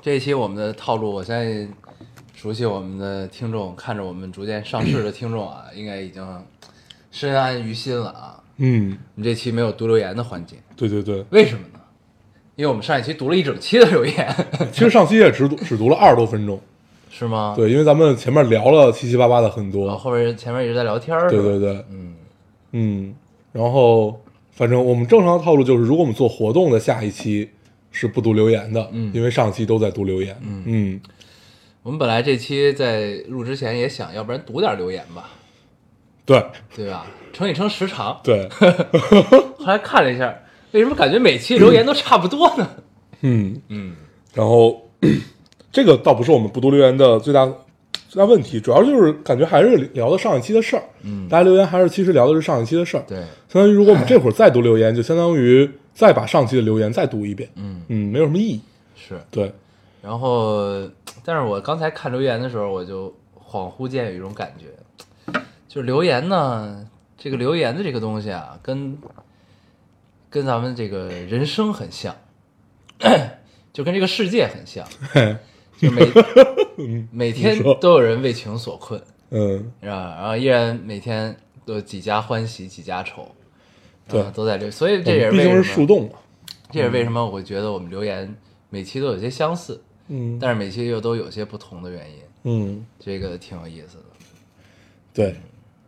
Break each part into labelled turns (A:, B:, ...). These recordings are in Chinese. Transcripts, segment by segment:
A: 这一期我们的套路，我相信熟悉我们的听众，看着我们逐渐上市的听众啊，应该已经深谙于心了啊。
B: 嗯，
A: 我们这期没有读留言的环节，
B: 对对对，
A: 为什么呢？因为我们上一期读了一整期的留言，
B: 其实上期也只读只读了二十多分钟，
A: 是吗？
B: 对，因为咱们前面聊了七七八八的很
A: 然后
B: 多，
A: 后边前面一直在聊天儿，
B: 对
A: 是吧
B: 对对，
A: 啊嗯，
B: 嗯，然后反正我们正常的套路就是，如果我们做活动的下一期是不读留言的，
A: 嗯
B: 因为上期都在读留言，嗯
A: 我们本来这期在录之前也想要不然读点留言吧，
B: 对
A: 对吧？乘一乘时长，
B: 对，
A: 后来看了一下，为什么感觉每期留言都差不多呢？
B: 嗯，
A: 嗯，
B: 然后 这个倒不是我们不读留言的最大最大问题，主要就是感觉还是聊的上一期的事儿，嗯，大家留言还是其实聊的是上一期的事儿，
A: 对，
B: 相当于如果我们这会儿再读留言，就相当于再把上期的留言再读一遍。
A: 嗯
B: 嗯，没有什么意义。
A: 是。
B: 对，
A: 然后，但是我刚才看留言的时候，我就恍惚间有一种感觉，就是留言呢，这个留言的这个东西啊，跟跟咱们这个人生很像，就跟这个世界很 像，
B: 嘿，
A: 就 每每天
B: 你说
A: 都有人为情所困，
B: 嗯，
A: 是吧？然后依然每天都几家欢喜几家愁，
B: 对
A: 然后都在这，所以
B: 我
A: 这也
B: 们
A: 是
B: 毕
A: 为什
B: 竟
A: 么
B: 是树洞嘛。
A: 这也是为什么我觉得我们留言每期都有些相似，
B: 嗯
A: 但是每期又都有些不同的原因，
B: 嗯，
A: 这个挺有意思的。
B: 对，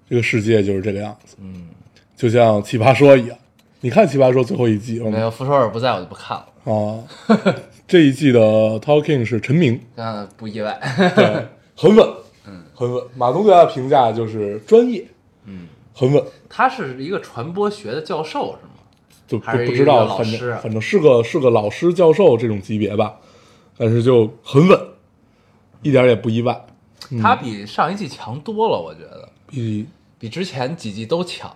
B: 这个世界就是这个样子，
A: 嗯，
B: 就像《奇葩说》一样。你看《奇葩说》最后一季了
A: 没
B: 吗？
A: 有傅首尔不在我就不看了，
B: 啊， 这一季的 Talking 是陈明，
A: 那不意外。
B: 对，很稳，嗯，很稳。马东对他的评价就是专业，
A: 嗯，
B: 很稳。
A: 他是一个传播学的教授是吗？
B: 就不
A: 还是一
B: 不
A: 个
B: 知道，
A: 老
B: 反
A: 师
B: 正
A: 啊
B: 反正是个是个老师教授这种级别吧，但是就很稳，一点儿也不意外。嗯
A: 他比上一季强多了，我觉得
B: 比
A: 比之前几季都强，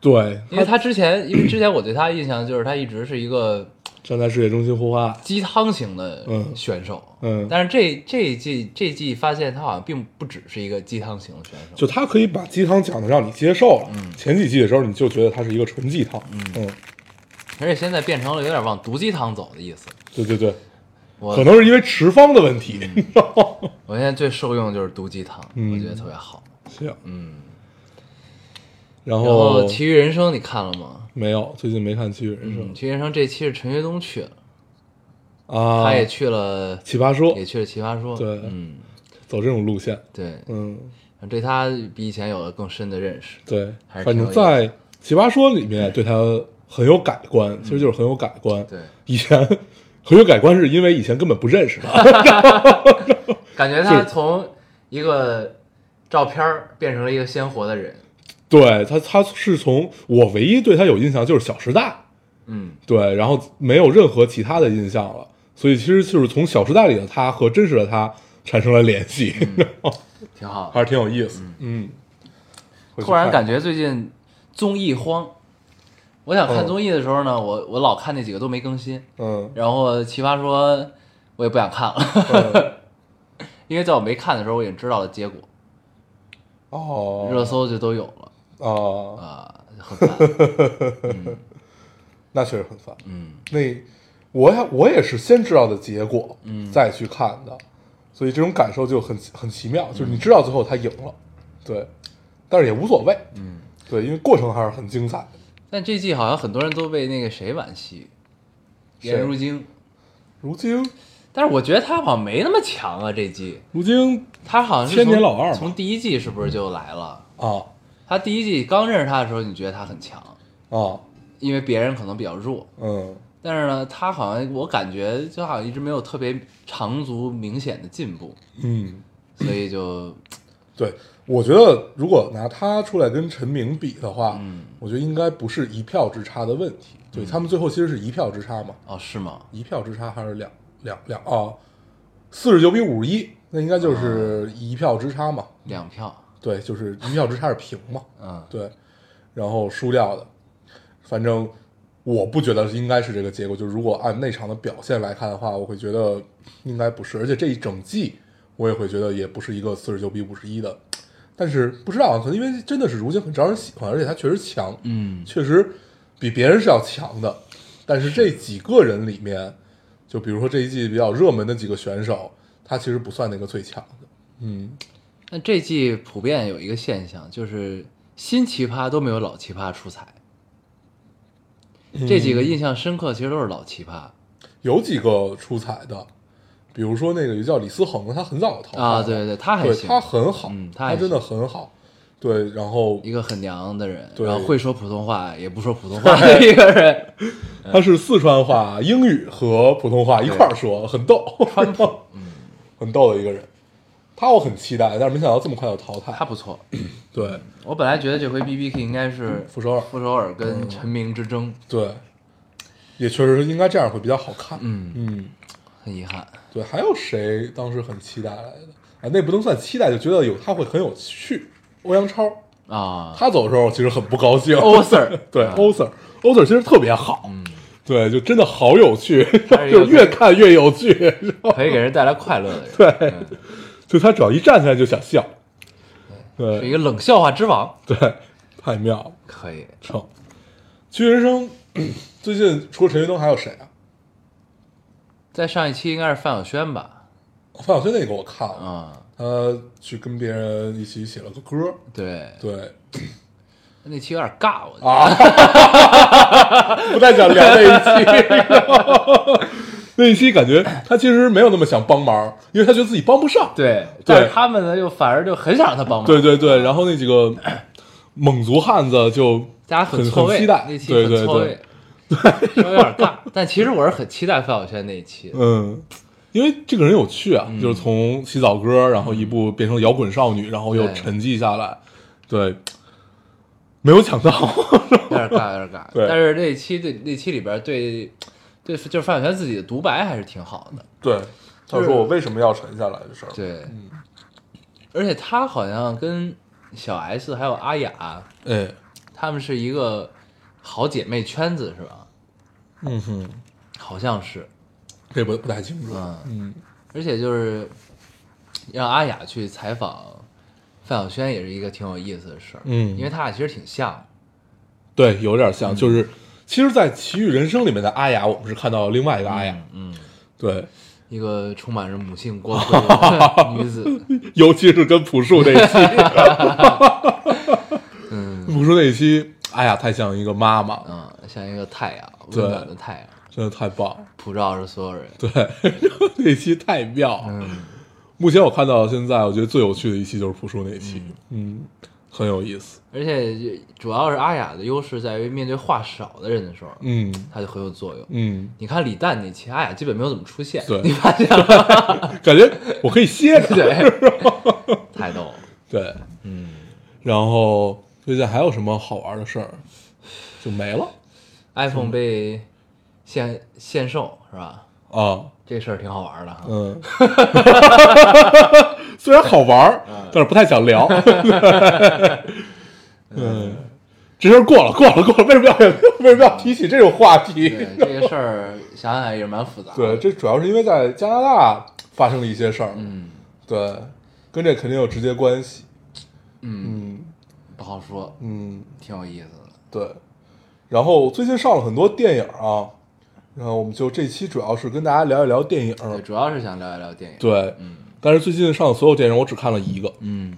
B: 对
A: 因为他之前，因为之前我对他印象就是他一直是一个
B: 站在世界中心呼唤，
A: 鸡汤型的
B: 嗯
A: 选手，
B: 嗯
A: 但是这这一季这一季发现他好像并不只是一个鸡汤型的选手，
B: 就他可以把鸡汤讲的让你接受了。
A: 嗯
B: 前几季的时候你就觉得它是一个纯鸡汤，嗯，
A: 而且现在变成了有点往毒鸡汤走的意思。
B: 对对对，
A: 我嗯
B: 可能是因为持方的问题。
A: 我现在最受用的就是毒鸡汤，
B: 嗯
A: 我觉得特别好。
B: 行，
A: 嗯，
B: 然
A: 然后《奇遇人生》你看了吗？
B: 没有，最近没看《七月人
A: 嗯，《
B: 生
A: 奇遇人生》这期是陈学冬去了，》
B: 啊，
A: 嗯他也去了，
B: 奇葩说
A: 也去了《奇葩说》。
B: 对
A: 嗯，
B: 走这种路线，
A: 对，
B: 嗯，
A: 对他比以前有了更深的认识。
B: 对，
A: 还是挺
B: 反正
A: 有意思
B: 在《奇葩说》里面对他很有改观，其实就是很有改观。
A: 嗯对，
B: 以前很有改观，是因为以前根本不认 识他。
A: 感觉他从一个照片儿变成了一个鲜活的人。
B: 对他，他是从我唯一对他有印象就是《小时代》，
A: 嗯，
B: 对，然后没有任何其他的印象了，所以其实就是从《小时代》里的他和真实的他产生了联系，
A: 嗯挺好的。
B: 还是挺有意思。嗯，回去
A: 突然
B: 看
A: 感觉最近综艺荒。我想看
B: 嗯
A: 综艺的时候呢，我我老看那几个都没更新，
B: 嗯，
A: 然后《奇葩说》我也不想看了，
B: 嗯
A: 因为在我没看的时候我已经知道了结果，热
B: 哦
A: 搜就都有了
B: 哦，
A: 啊、很烦。
B: 那确实很烦。
A: 嗯，
B: 那我也我也是先知道的结果，嗯，再去看的，所以这种感受就很很奇妙，就是你知道最后他赢了，对，但是也无所谓，嗯，对，因为过程还是很精彩的。
A: 但这季好像很多人都为那个谁惋惜，
B: 谁
A: 颜如晶，
B: 如今，
A: 但是我觉得他好像没那么强啊，这季
B: 如今
A: 他好像是
B: 千年
A: 从
B: 老二嘛
A: 从第一季是不是就来了？
B: 啊
A: 他第一季刚认识他的时候，你觉得他很强，
B: 啊，
A: 因为别人可能比较弱，
B: 嗯，
A: 但是呢，他好像我感觉就好像一直没有特别长足明显的进步，
B: 嗯，
A: 所以就
B: 对，我觉得如果拿他出来跟陈明比的话，
A: 嗯，
B: 我觉得应该不是嗯一票之差的问题，对他们最后其实是一票之差嘛，
A: 哦是吗？
B: 一票之差还是两两两啊，四十九比五十一，那应该就是一票之差嘛。
A: 两票，
B: 对，就是一票之差是平嘛。
A: 嗯
B: 对，然后输掉的，反正我不觉得应该是这个结果。就如果按那场的表现来看的话，我会觉得应该不是，而且这一整季我也会觉得也不是一个四十九比五十一的。但是不知道啊，可能因为真的是如今很招人喜欢，而且他确实强，
A: 嗯，
B: 确实比别人是要强的。但是这几个人里面，就比如说这一季比较热门的几个选手，他其实不算那个最强的。嗯，
A: 那这季普遍有一个现象，就是新奇葩都没有老奇葩出彩。
B: 嗯
A: 这几个印象深刻，其实都是老奇葩
B: 有几个出彩的，比如说那个有叫李思恒的，他很早就淘汰了
A: 啊！对对对，他还
B: 哦对
A: 行，
B: 他很好，
A: 嗯他
B: 他
A: 还
B: 真的很好，对，然后
A: 一个很娘的人，
B: 对
A: 然后会说普通话也不说普通话的一个人，
B: 他是四川话、英语和普通话一块儿说，很逗，川 普，
A: 嗯
B: 很逗的一个人，他我很期待，但是没想到这么快就淘汰
A: 他，不 错。
B: 对
A: 我本来觉得这回 B B K 应该是
B: 傅首尔嗯
A: 傅首尔跟陈明之争，
B: 对，也确实应该这样会比较好看，
A: 嗯，
B: 嗯，
A: 很遗憾。
B: 对，还有谁当时很期待来的？啊，那不能算期待，就觉得有他会很有趣，欧阳超。
A: 啊，
B: 他走的时候，其实很不高兴。
A: 欧 Sir
B: 对欧 Sir，欧 Sir 其实特别好，
A: 嗯，
B: 对，就真的好有趣，
A: 还是
B: 就
A: 有
B: 是越看越有趣，然后
A: 可以给人带来快乐的人，
B: 对，就他只要一站起来就想笑，
A: 是一
B: 对
A: 个冷笑话之王，
B: 对，太妙了，
A: 可以。
B: 成。屈原生最近除了陈学冬还有谁啊？
A: 在上一期应该是范晓萱吧？
B: 范晓萱那个我看了，
A: 啊，
B: 他去跟别人一起写了个歌，
A: 对，
B: 对
A: 那期有点尬，我觉得
B: 啊， 不太想聊那一期。那一期感觉他其实没有那么想帮忙，因为他觉得自己帮不上。
A: 对，
B: 对
A: 但是他们呢又反而就很想让他帮忙，
B: 对对对，然后那几个蒙族汉子就
A: 大家
B: 很
A: 错
B: 很
A: 位，
B: 期待
A: 那，期
B: 对
A: 很
B: 对
A: 错位
B: 对，，
A: 稍微有点尬，但其实我是很期待范晓萱那一期，
B: 嗯，因为这个人有趣啊，
A: 嗯
B: 就是从洗澡歌，然后一步变成摇滚少女，然后又
A: 对
B: 沉寂下来，对，没有抢到，
A: 有点尬，有点尬。
B: 对
A: 但是那一期对那期里边对对就是范晓萱自己的独白还是挺好的，
B: 对，他
A: 就是
B: 说我为什么要沉下来的事儿，
A: 对，而且他好像跟小 S 还有阿雅，
B: 哎，
A: 他们是一个好姐妹圈子是吧？
B: 嗯哼，
A: 好像是，
B: 这不不太清楚，
A: 嗯
B: 嗯，
A: 而且就是让阿雅去采访范晓萱，也是一个挺有意思的事儿。
B: 嗯
A: 因为他俩其实挺像，
B: 对，有点
A: 嗯
B: 像，就是其实，在《奇遇人生》里面的阿雅，我们是看到另外一个阿雅，
A: 嗯，
B: 对，
A: 一个充满着母性光辉的女子，
B: 尤其是跟朴树那一期，
A: 嗯
B: 朴树那一期，哎呀，太像一个妈妈，了，
A: 嗯，像一个太阳，
B: 对
A: 温暖的太阳，
B: 真的太棒了。
A: 普照着所有人。
B: 对， 那期太妙了。
A: 嗯，
B: 目前我看到现在，我觉得最有趣的一期就是朴树那一期，嗯很有意思。
A: 而且主要是阿雅的优势在于面对话少的人的时候，
B: 嗯
A: 她就很有作用。
B: 嗯，
A: 你看李诞那期，阿雅基本没有怎么出现，
B: 对
A: 你发现 了？
B: 感觉我可以歇着。
A: 对，太逗了。
B: 对，嗯。然后最近还有什么好玩的事儿？就没了
A: iPhone
B: 嗯
A: 被限限售是吧？
B: 啊。
A: 这事儿挺好玩的哈。
B: 嗯，虽然好玩儿，但是不太想 聊。嗯，这事儿过了，过了，过了。为什么要为什么要提起这种话题？
A: 对这个事儿想想也是蛮复杂的。
B: 对，这主要是因为在加拿大发生了一些事儿，
A: 嗯
B: 对，跟这肯定有直接关系。
A: 嗯，
B: 嗯
A: 不好说，
B: 嗯，
A: 挺有意思的。
B: 对。然后最近上了很多电影啊，然后我们就这期主要是跟大家聊一聊电影。
A: 对，主要是想聊一聊电影。，
B: 对，但是最近上的所有电影我只看了一个，
A: 嗯，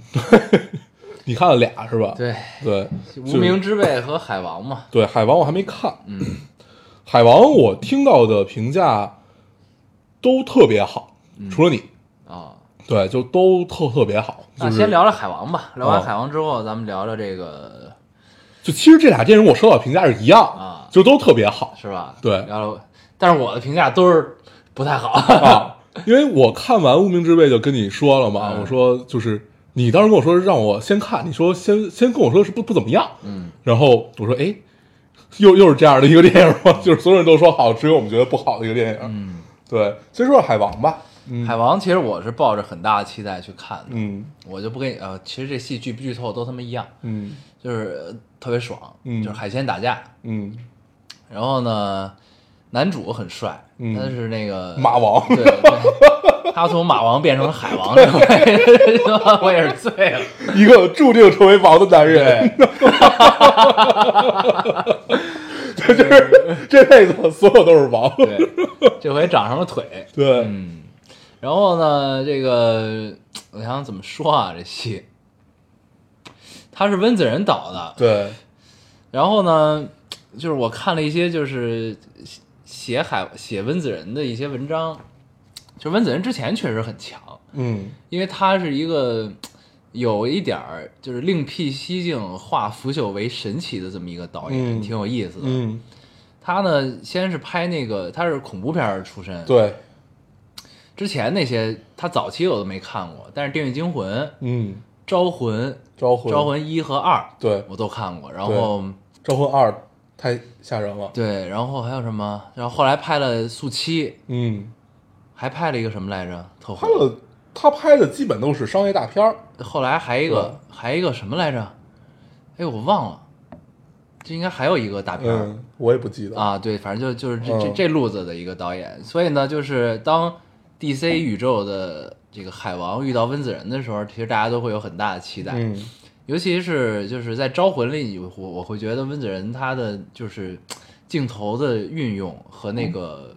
B: 你看了俩是吧？
A: 对，
B: 对，
A: 无
B: 就是
A: 名之辈和海王嘛，
B: 对，海王我还没看。嗯，海王我听到的评价都特别好，
A: 嗯
B: 除了你，
A: 啊，
B: 对，就都特特别好。就
A: 那
B: 是
A: 先聊聊海王吧。聊完
B: 哦
A: 海王之后，咱们聊聊这个
B: 就其实这俩电影我收到的评价是一样
A: 啊
B: 就都特别好
A: 是吧？
B: 对
A: 聊聊。但是我的评价都是不太好。
B: 啊。因为我看完《无名之辈》就跟你说了嘛，
A: 嗯
B: 我说就是你当时跟我说让我先看，你说先先跟我说是不不怎么样，
A: 嗯，
B: 然后我说哎，又又是这样的一个电影吗？就是所有人都说好，只有我们觉得不好的一个电影，
A: 嗯，
B: 对，先说说海王吧，嗯
A: 海王其实我是抱着很大的期待去看的，
B: 嗯
A: 我就不跟你呃，其实这戏剧不剧透都他妈一样，
B: 嗯
A: 就是呃特别爽，
B: 嗯
A: 就是海鲜打架，
B: 嗯，
A: 然后呢，男主很帅，
B: 嗯
A: 他是那个
B: 马王
A: 呃对，对他从马王变成海王这回，我也是醉了。
B: 一个注定成为王的男人，
A: 嗯
B: 这就是这辈子所有都是 王，
A: 对，这回长上了腿。
B: 对，
A: 嗯，然后呢，这个我想想怎么说啊，这戏，他是温子仁导的，
B: 对，
A: 然后呢，就是我看了一些就是写写海写温子仁的一些文章，就温子仁之前确实很强，
B: 嗯
A: 因为他是一个有一点儿就是另辟蹊径，化腐朽为神奇的这么一个导演，
B: 嗯
A: 挺有意思的。
B: 嗯，
A: 他呢，先是拍那个他是恐怖片儿出身，，
B: 对，
A: 之前那些他早期我都没看过，但是《电锯惊魂》《
B: 嗯，
A: 招魂》
B: 招
A: 《
B: 魂，
A: 招，魂一》和二
B: 对，
A: 我都看过，然后
B: 招魂二太吓人了，
A: 对，然后还有什么？然后后来拍了《速七》，
B: 嗯，
A: 还拍了一个什么来着？特
B: 他
A: 火。
B: 的嗯他拍的基本都是商业大片儿，
A: 后来还一个还一个什么来着？哎，我忘了，这应该还有一个大片儿。
B: 嗯，我也不记得，
A: 啊，对，反正就就是这这
B: 嗯
A: 这路子的一个导演，所以呢，就是当 DC 宇宙的这个海王遇到温子仁的时候，其实大家都会有很大的期待，
B: 嗯
A: 尤其是就是在《招魂》里，我我会觉得温子仁他的就是镜头的运用和
B: 嗯
A: 那个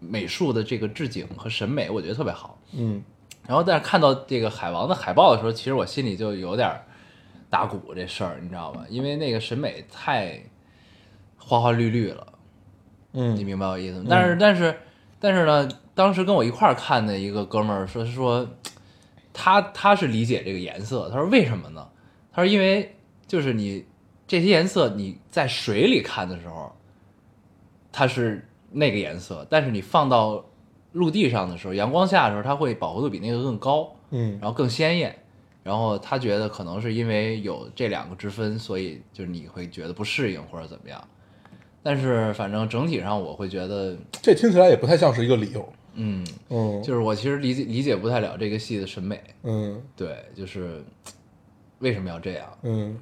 A: 美术的这个置景和审美，我觉得特别好。
B: 嗯
A: 然后，但是看到这个海王的海报的时候，其实我心里就有点儿打鼓这事儿，你知道吧？因为那个审美太花花绿绿了。你
B: 嗯
A: 明白我意思吗？但是但是但是呢，当时跟我一块儿看的一个哥们儿说说，他他是理解这个颜色，他说为什么呢？他说因为就是你这些颜色你在水里看的时候，它是那个颜色，但是你放到陆地上的时候，阳光下的时候，它会饱和度比那个更高，
B: 嗯
A: 然后更鲜艳。然后他觉得可能是因为有这两个之分，所以就是你会觉得不适应或者怎么样。但是反正整体上我会觉得，
B: 这听起来也不太像是一个理由，
A: 嗯，
B: 嗯，
A: 就是我其实理解理解不太了这个戏的审美，
B: 嗯
A: 对，就是为什么要这样，
B: 嗯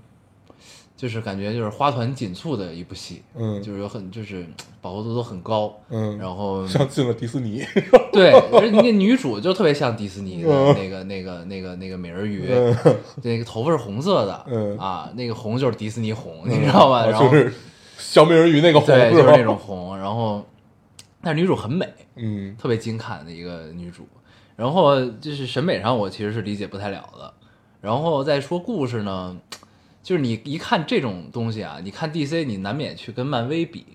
A: 就是感觉就是花团锦簇的一部戏，
B: 嗯
A: 就是有很就是饱和度都很高，
B: 嗯，
A: 然后
B: 像进了迪士尼，
A: 对，而且那女主就特别像迪士尼的
B: 嗯
A: 那个、那个、那个、那个美人鱼， 那个头发是红色的，
B: 嗯
A: 啊，那个红就是迪士尼红，你知道吧？
B: 啊
A: 然后、
B: 就是小美人鱼那个红
A: 对，就是
B: 吧？
A: 那种红，然后但是女主很美，
B: 嗯
A: 特别精看的一个女主。然后就是审美上，我其实是理解不太了的。然后再说故事呢，就是你一看这种东西啊，你看 DC，你难免去跟漫威比。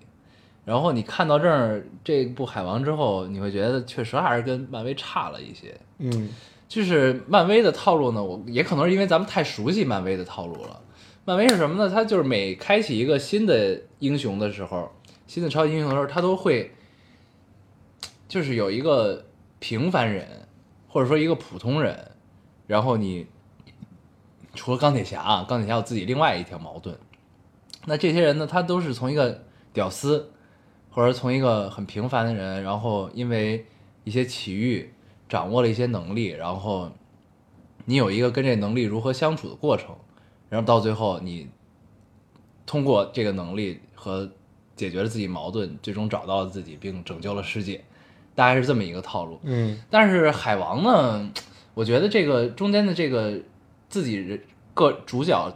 A: 然后你看到这儿这部《海王》之后，你会觉得确实还是跟漫威差了一些。
B: 嗯
A: 就是漫威的套路呢，我也可能是因为咱们太熟悉漫威的套路了。漫威是什么呢？它就是每开启一个新的英雄的时候，新的超级英雄的时候，它都会就是有一个平凡人，或者说一个普通人，然后你除了钢铁侠啊，钢铁侠有自己另外一条矛盾。那这些人呢，他都是从一个屌丝，或者从一个很平凡的人，然后因为一些奇遇，掌握了一些能力，然后你有一个跟这能力如何相处的过程，然后到最后你通过这个能力和解决了自己矛盾，最终找到了自己并拯救了世界，大概是这么一个套路。
B: 嗯
A: 但是海王呢，我觉得这个中间的这个自己人个主角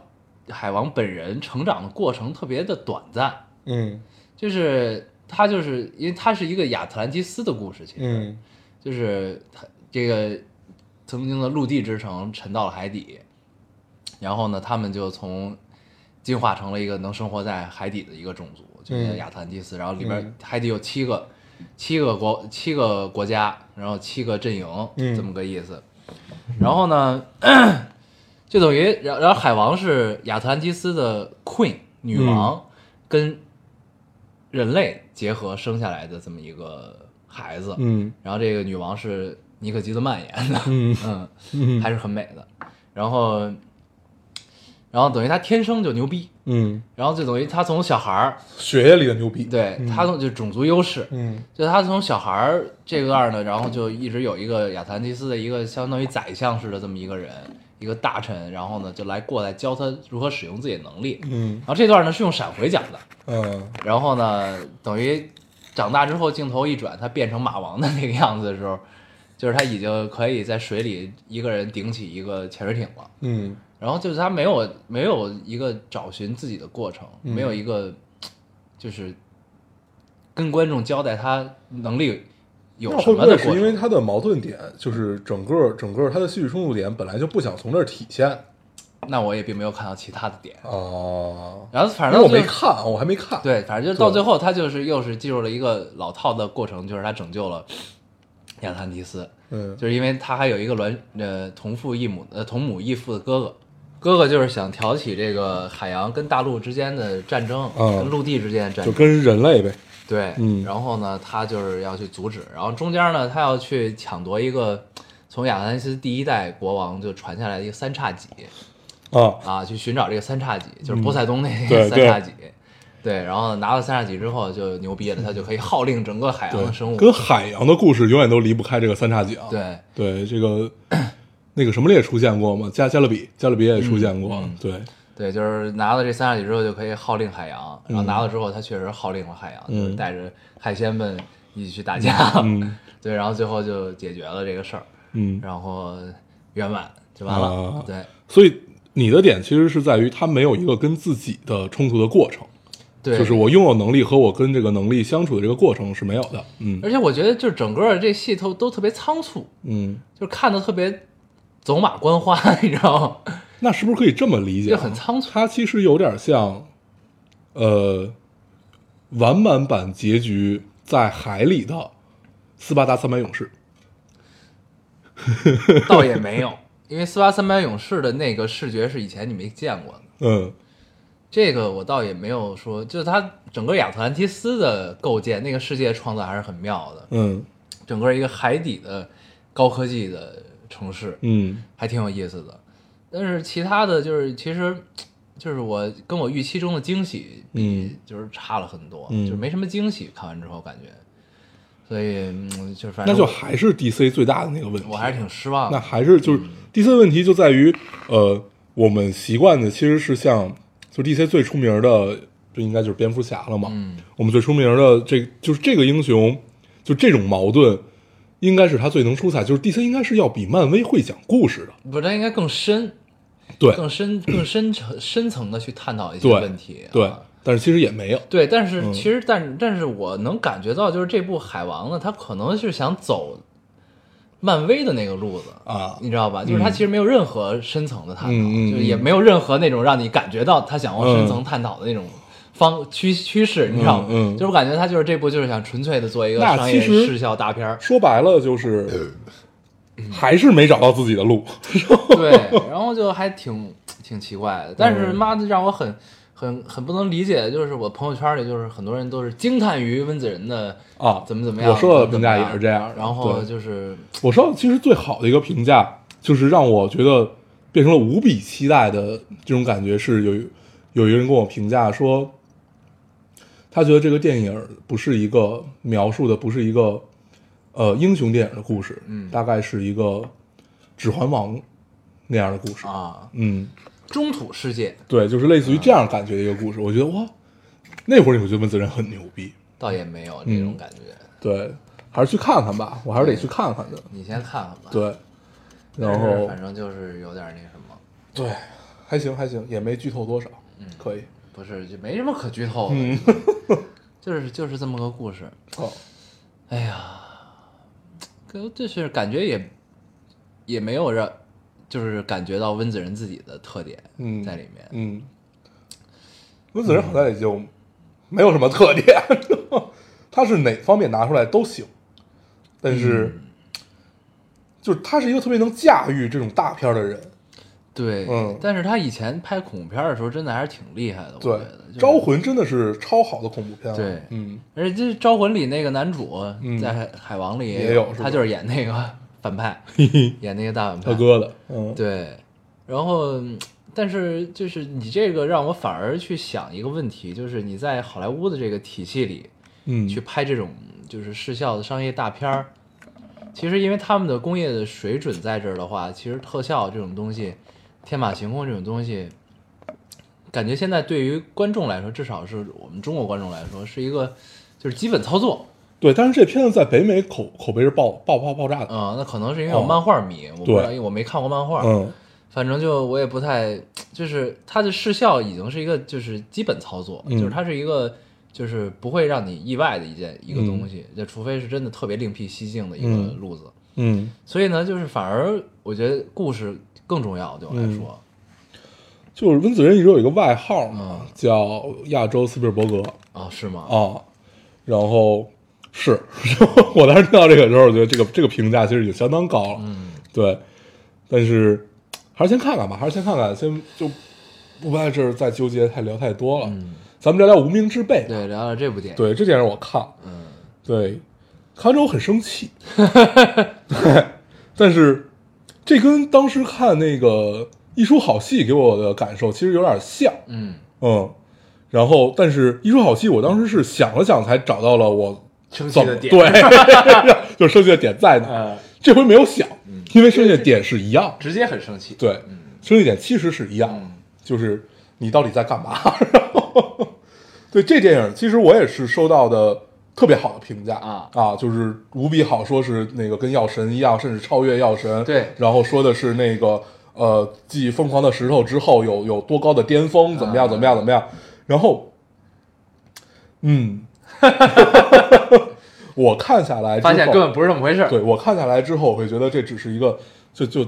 A: 海王本人成长的过程特别的短暂，
B: 嗯
A: 就是他就是因为他是一个亚特兰蒂斯的故事，其实、
B: 嗯
A: 就是他这个曾经的陆地之城沉到了海底，然后呢，他们就从进化成了一个能生活在海底的一个种族，就是叫亚特兰蒂斯。然后里边
B: 嗯
A: 海底有七个、七个国、七个国家，然后七个阵营，
B: 嗯
A: 这么个意思。然后呢， 就等于，然然后海王是亚特兰蒂斯的 queen 女
B: 嗯
A: 王，跟人类结合生下来的这么一个孩子。
B: 嗯
A: 然后这个女王是妮可基德曼演的，
B: 嗯
A: 嗯，
B: 嗯
A: 还是很美的。然后，然后等于他天生就牛逼，
B: 嗯，
A: 然后就等于他从小孩儿，
B: 血液里的牛逼，，
A: 对他从就种族优势，
B: 嗯
A: 就他从小孩儿这个儿呢，然后就一直有一个亚特兰蒂斯的一个相当于宰相似的这么一个人，一个大臣，然后呢就来过来教他如何使用自己的能力。
B: 嗯
A: 然后这段呢是用闪回讲的，
B: 嗯
A: 然后呢等于长大之后镜头一转，他变成马王的那个样子的时候，就是他已经可以在水里一个人顶起一个潜水艇了。
B: 嗯
A: 然后就是他没有没有一个找寻自己的过程，
B: 嗯
A: 没有一个就是跟观众交代他能力有
B: 那
A: 什
B: 会不
A: 么的
B: 会
A: 过
B: 是因为
A: 程。
B: 他的矛盾点，就是整个整个他的戏剧冲突点本来就不想从这儿体现
A: 那我也并没有看到其他的点。
B: 啊？
A: 然后反
B: 反
A: 正
B: 我
A: 就
B: 没看，啊我还没看。，
A: 对，反正就到
B: 对
A: 最后，他就是又是进入了一个老套的过程，就是他拯救了亚特兰蒂斯，
B: 嗯
A: 就是因为他还有一个孪呃同父异母呃同母异父的哥哥，哥哥就是想挑起这个海洋跟大陆之间的战争，
B: 嗯
A: 跟陆地之间的战
B: 就
A: 争，
B: 跟人类呗。
A: 对，
B: 嗯
A: 然后呢，他就是要去阻止，然后中间呢，他要去抢夺一个从亚特兰蒂斯第一代国王就传下来的一个三叉戟
B: 啊，
A: 啊，去寻找这个三叉戟，就是波塞冬那个
B: 对
A: 三
B: 嗯对
A: 叉戟。对，然后拿到三叉戟之后就牛逼了，他就可以号令整个海洋的生
B: 对，
A: 物。
B: 跟海洋的故事永远都离不开这个三叉戟啊。
A: 对，
B: 对，这个那个什么里也出现过嘛，加加勒比，加勒比也出现
A: 嗯
B: 过。对，
A: 对，就是拿到这三叉戟之后就可以号令海洋，然后拿到之后他确实号令了海洋，就是
B: 嗯
A: 带着海鲜们一起去打架，
B: 嗯
A: 对，然后最后就解决了这个事儿，
B: 嗯，
A: 然后圆满就完了，
B: 啊
A: 对。
B: 所以你的点其实是在于他没有一个跟自己的冲突的过程，
A: 对，
B: 就是我拥有能力和我跟这个能力相处的这个过程是没有的。嗯
A: 而且我觉得就是整个这戏都都特别仓促，
B: 嗯，
A: 就是看的特别走马观花， 你知道吗？
B: 那是不是可以这么理解
A: 就
B: 啊？
A: 很仓促
B: 它其实有点像，呃，完满版结局在海里的斯巴达三百勇士。
A: 倒也没有，因为《斯巴三百勇士》的那个视觉是以前你没见过的，
B: 嗯
A: 这个我倒也没有说，就是它整个亚特兰蒂斯的构建，那个世界创造还是很妙的，
B: 嗯
A: 整个一个海底的高科技的城市，
B: 嗯
A: 还挺有意思的。但是其他的就是，其实就是我跟我预期中的惊喜比
B: 嗯，
A: 就是差了很多，
B: 嗯
A: 就是没什么惊喜。看完之后感觉，所以嗯，就是反
B: 那
A: 正
B: 就还是 DC 最大的那个问题。
A: 我还是挺嗯失望
B: 那
A: 的。
B: 还是就是 DC 的问题就在于，呃，我们习惯的其实是像，就 DC 最出名的，就应该就是蝙蝠侠了嘛。
A: 嗯，
B: 我们最出名的这就是这个英雄，就这种矛盾，应该是他最能出彩。就是 DC 应该是要比漫威会讲故事的，
A: 不，它应该更深、
B: 对
A: 更深、更深层、深层的去探讨一些
B: 对
A: 问题、啊。
B: 对，但是其实也没有。
A: 对，但
B: 嗯
A: 是其实，但但是我能感觉到，就是这部《海王》呢，他可能是想走漫威的那个路子
B: 啊
A: 你知道吧？就是他其实没有任何深层的探讨，
B: 嗯嗯嗯
A: 就是也没有任何那种让你感觉到他想往深层探讨的那种方、趋趋势，你知道吗？
B: 嗯嗯
A: 就是我感觉他就是这部就是想纯粹的做一个
B: 那
A: 商业
B: 其实，
A: 视效大片儿
B: 说白了就是，还是没找到自己的路。
A: 嗯对，然后就还挺挺奇怪的，但是
B: 嗯
A: 妈的让我很。很很不能理解，就是我朋友圈里，就是很多人都是惊叹于温子仁的
B: 啊
A: 怎么怎么样，
B: 我受到的
A: 怎么
B: 评价
A: 怎么
B: 也是这样的
A: 然后
B: 对
A: 就是
B: 我知道，其实最好的一个评价，就是让我觉得变成了无比期待的这种感觉，是有有一个人跟我评价说，他觉得这个电影不是一个描述的，不是一个呃英雄电影的故事，嗯，大概是一个《指环王》那样的故事，
A: 啊，
B: 嗯，
A: 中土世界
B: 对，就是类似于这样感觉的一个故事。我觉得哇，那会儿你会觉得温子仁很牛逼，
A: 倒也没有这
B: 嗯
A: 种感觉。
B: 对，还是去看看吧，我还是得去看看的，
A: 你先看看吧。，
B: 对，然后
A: 反正就是有点那什么，
B: 对，还行还行，也没剧透多少，嗯，可以。
A: 不是就没什么可剧透的，
B: 嗯
A: 嗯就是就是这么个故事。
B: 哦，
A: 哎呀，可就是感觉也也没有让，就是感觉到温子仁自己的特点
B: 嗯
A: 在里面。
B: 嗯，温子仁好像也就没有什么特点， 他是哪方面拿出来都行，但是、
A: 嗯
B: 就是他是一个特别能驾驭这种大片儿的人，
A: 对，
B: 嗯
A: 但是他以前拍恐怖片的时候，真的还是挺厉害的。我觉
B: 对
A: 得，就是
B: 招魂》真的是超好的恐怖片，
A: 对
B: 嗯，
A: 而且这《招魂》里那个男主
B: 嗯
A: 在海《海王》里
B: 也有是吧
A: 他就是演 那个反派，演那个大反派。
B: 他哥的，嗯，
A: 对，然后嗯但是就是你这个让我反而去想一个问题，就是你在好莱坞的这个体系里，
B: 嗯，
A: 去拍这种就是视效的商业大片儿。其实，因为他们的工业的水准在这儿的话，其实特效这种东西，天马行空这种东西，感觉现在对于观众来说，至少是我们中国观众来说，是一个就是基本操作。
B: 对。但是这片子在北美口口碑是爆爆爆爆炸的，
A: 嗯，那可能是因为我漫画迷，我不知道，
B: 哦对
A: 因为我没看过漫画。
B: 嗯，
A: 反正就我也不太，就是它的视效已经是一个就是基本操作，
B: 嗯
A: 就是它是一个就是不会让你意外的一件一个东西，就除非是真的特别另辟蹊径的一个
B: 嗯
A: 路子。
B: 嗯，
A: 所以呢，就是反而我觉得故事更重要，对我
B: 嗯
A: 来说，
B: 就是温子仁一直有一个外号
A: 嗯
B: 嘛，叫亚洲斯皮尔伯格
A: 哦，是吗？
B: 啊。然后是，我当时听到这个时候，我觉得这个这个评价其实已经相当高了。
A: 嗯，
B: 对，但是还是先看看吧，还是先看看，先就不在这儿再纠结太聊太多了。
A: 嗯
B: 咱们聊聊《无名之辈》吧。
A: 对，聊聊这部电影，
B: 对，这电影我看，
A: 嗯，
B: 对，看完之后很生气， 对，但是这跟当时看那个一出好戏给我的感受其实有点像，
A: 嗯，
B: 嗯，然后但是一出好戏，我当时是想了想才找到了我
A: 生
B: 怎么，对， 就生气的点在哪儿，
A: 呃，
B: 这回没有想，
A: 嗯
B: 因为生气的点是一样，
A: 直接很生气，
B: 对，生气点其实是一样的
A: 嗯，
B: 就是你到底在干嘛？ 然后，对这电影，其实我也是收到的特别好的评价
A: 啊
B: 啊，就是无比好，说是那个跟《药神》一样，甚至超越《药神》。
A: 对
B: 然后说的是那个呃，继《疯狂的石头》之后有有多高的巅峰，怎么样，
A: 啊
B: 怎么样，怎么样？然后，嗯， 我看下来之后，
A: 发现根本不是这么回事儿，
B: 对我看下来之后，我会觉得这只是一个，就就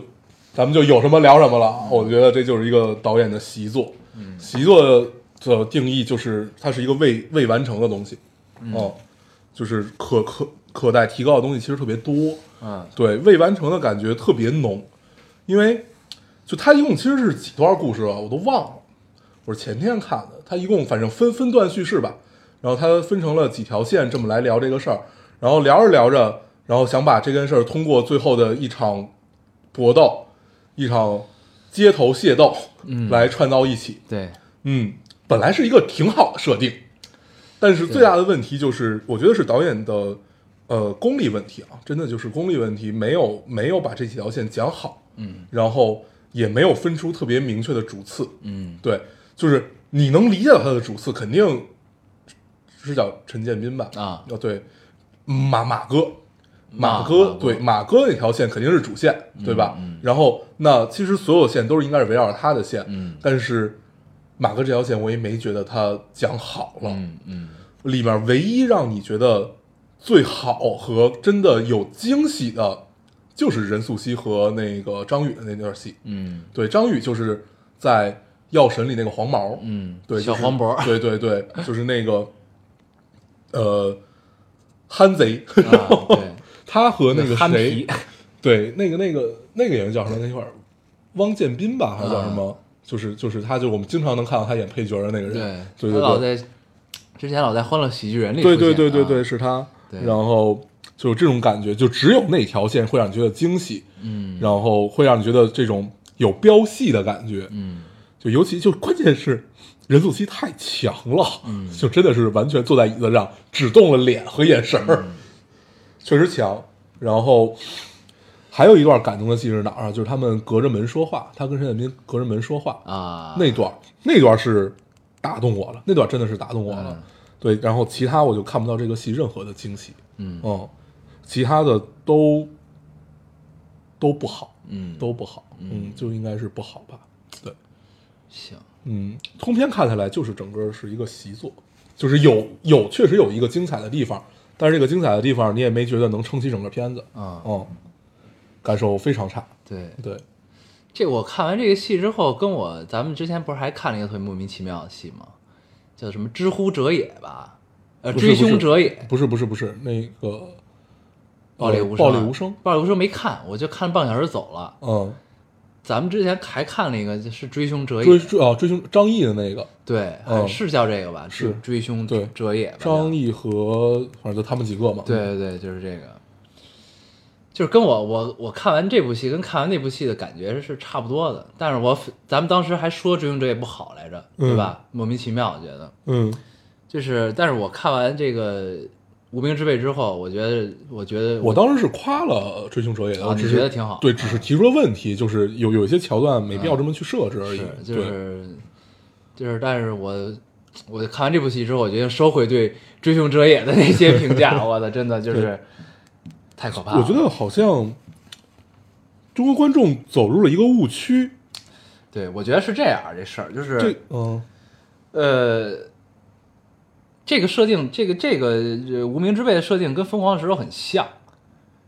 B: 咱们就有什么聊什么了。啊
A: 嗯
B: 我觉得这就是一个导演的习作。习作的定义就是它是一个未未完成的东西，
A: 嗯
B: 哦、就是可可可待提高的东西其实特别多。
A: 嗯
B: 对未完成的感觉特别浓，因为就它一共其实是几段故事啊，我都忘了，我是前天看的，它一共反正分分段叙事吧，然后它分成了几条线这么来聊这个事儿，然后聊着聊着，然后想把这件事儿通过最后的一场搏斗，一场街头械斗，
A: 嗯
B: 来串到一起，
A: 对，
B: 嗯，本来是一个挺好的设定，但是最大的问题就是，我觉得是导演的呃功力问题啊，真的就是功力问题，没有没有把这几条线讲好，
A: 嗯
B: 然后也没有分出特别明确的主次，
A: 嗯
B: 对，就是你能理解到他的主次，肯定是叫陈建斌吧？
A: 啊
B: 哦对，马马哥，马
A: 马马
B: 哥
A: 哥嗯
B: 对马哥那条线肯定是主线，对吧？然后那其实所有线都是应该是围绕着他的线，
A: 嗯
B: 但是马哥这条线我也没觉得他讲好了，
A: 嗯嗯
B: 里面唯一让你觉得最好和真的有惊喜的，就是任素汐和那个张宇的那段戏，
A: 嗯
B: 对，张宇就是在《药神》里那个黄毛，
A: 嗯，
B: 对，
A: 小
B: 就是
A: 黄 渤，
B: 对对对，就是那个呃憨贼，
A: 啊对，
B: 他和 那个
A: 憨
B: 谁
A: 皮，，
B: 对，那个那个那个演员叫什么？那会儿汪建斌吧，还是叫什
A: 啊
B: 么？就是就是他，就我们经常能看到他演配角的那个人，对
A: 他老
B: 对对，
A: 在之前老在《欢乐喜剧人》里出
B: 对
A: 现，
B: 对对对对，
A: 啊，
B: 是他。
A: 对
B: 然后就有这种感觉，就只有那条线会让你觉得惊喜，
A: 嗯
B: 然后会让你觉得这种有飙戏的感觉，
A: 嗯
B: 就尤其就关键是任素汐太强了，
A: 嗯
B: 就真的是完全坐在椅子上，只动了脸和眼神
A: 嗯
B: 儿，确实强。然后还有一段感动的戏是哪儿啊？就是他们隔着门说话，他跟陈建斌隔着门说话，
A: 啊，
B: 那段儿那段儿是打动我了，那段儿真的是打动我了。
A: 嗯
B: 对，然后其他我就看不到这个戏任何的惊喜，
A: 嗯
B: 嗯，其他的都都不好，
A: 嗯
B: 都不好，嗯，就应该是不好吧，对。
A: 行，
B: 嗯，通篇看下来就是整个是一个习作，就是有有确实有一个精彩的地方，但是这个精彩的地方你也没觉得能撑起整个片子，
A: 啊
B: 嗯，感受非常差。
A: 对，
B: 对，
A: 这我看完这个戏之后，跟我咱们之前不是还看了一个特别莫名其妙的戏吗？叫什么“知乎者也”吧，呃，“
B: 不是
A: 追
B: 不是
A: 凶者也
B: 不是不是不是那个”，
A: 暴力无
B: 哦暴
A: 声，啊
B: 力无声，，
A: 暴力无声没看，我就看了半个小时走了。
B: 嗯，
A: 咱们之前还看了一个，就是“追凶者
B: 追
A: 也
B: 追啊追凶张译的那个”，
A: 对，
B: 嗯
A: 还是叫这个吧？
B: 是
A: 追凶
B: 对
A: 者也吧？
B: 张译和反正就他们几个嘛，
A: 对对对，就是这个。就是跟我我我看完这部戏跟看完那部戏的感觉是差不多的，但是我咱们当时还说《追凶者也不好来着，对吧？莫名其妙，我觉得
B: 嗯
A: 就是，但是我看完这个《无名之辈》之后，我觉得我觉得
B: 我当时是夸了《追凶者也》的，
A: 啊
B: 我只
A: 你
B: 是
A: 觉得挺好嗯
B: 对，只是提出了问题，就是有有一些桥段没必要这么去设置而已
A: 是，就
B: 对，
A: 是就是，但是我我看完这部戏之后，我决定收回对《追凶者也》的那些评 价。我的真的就是太可怕了。
B: 我觉得好像中国观众走入了一个误区，
A: 对，我觉得是这样，这事儿就是
B: 这嗯
A: 呃，这个设定，这个这个呃无名之辈的设定跟疯狂的石头很像，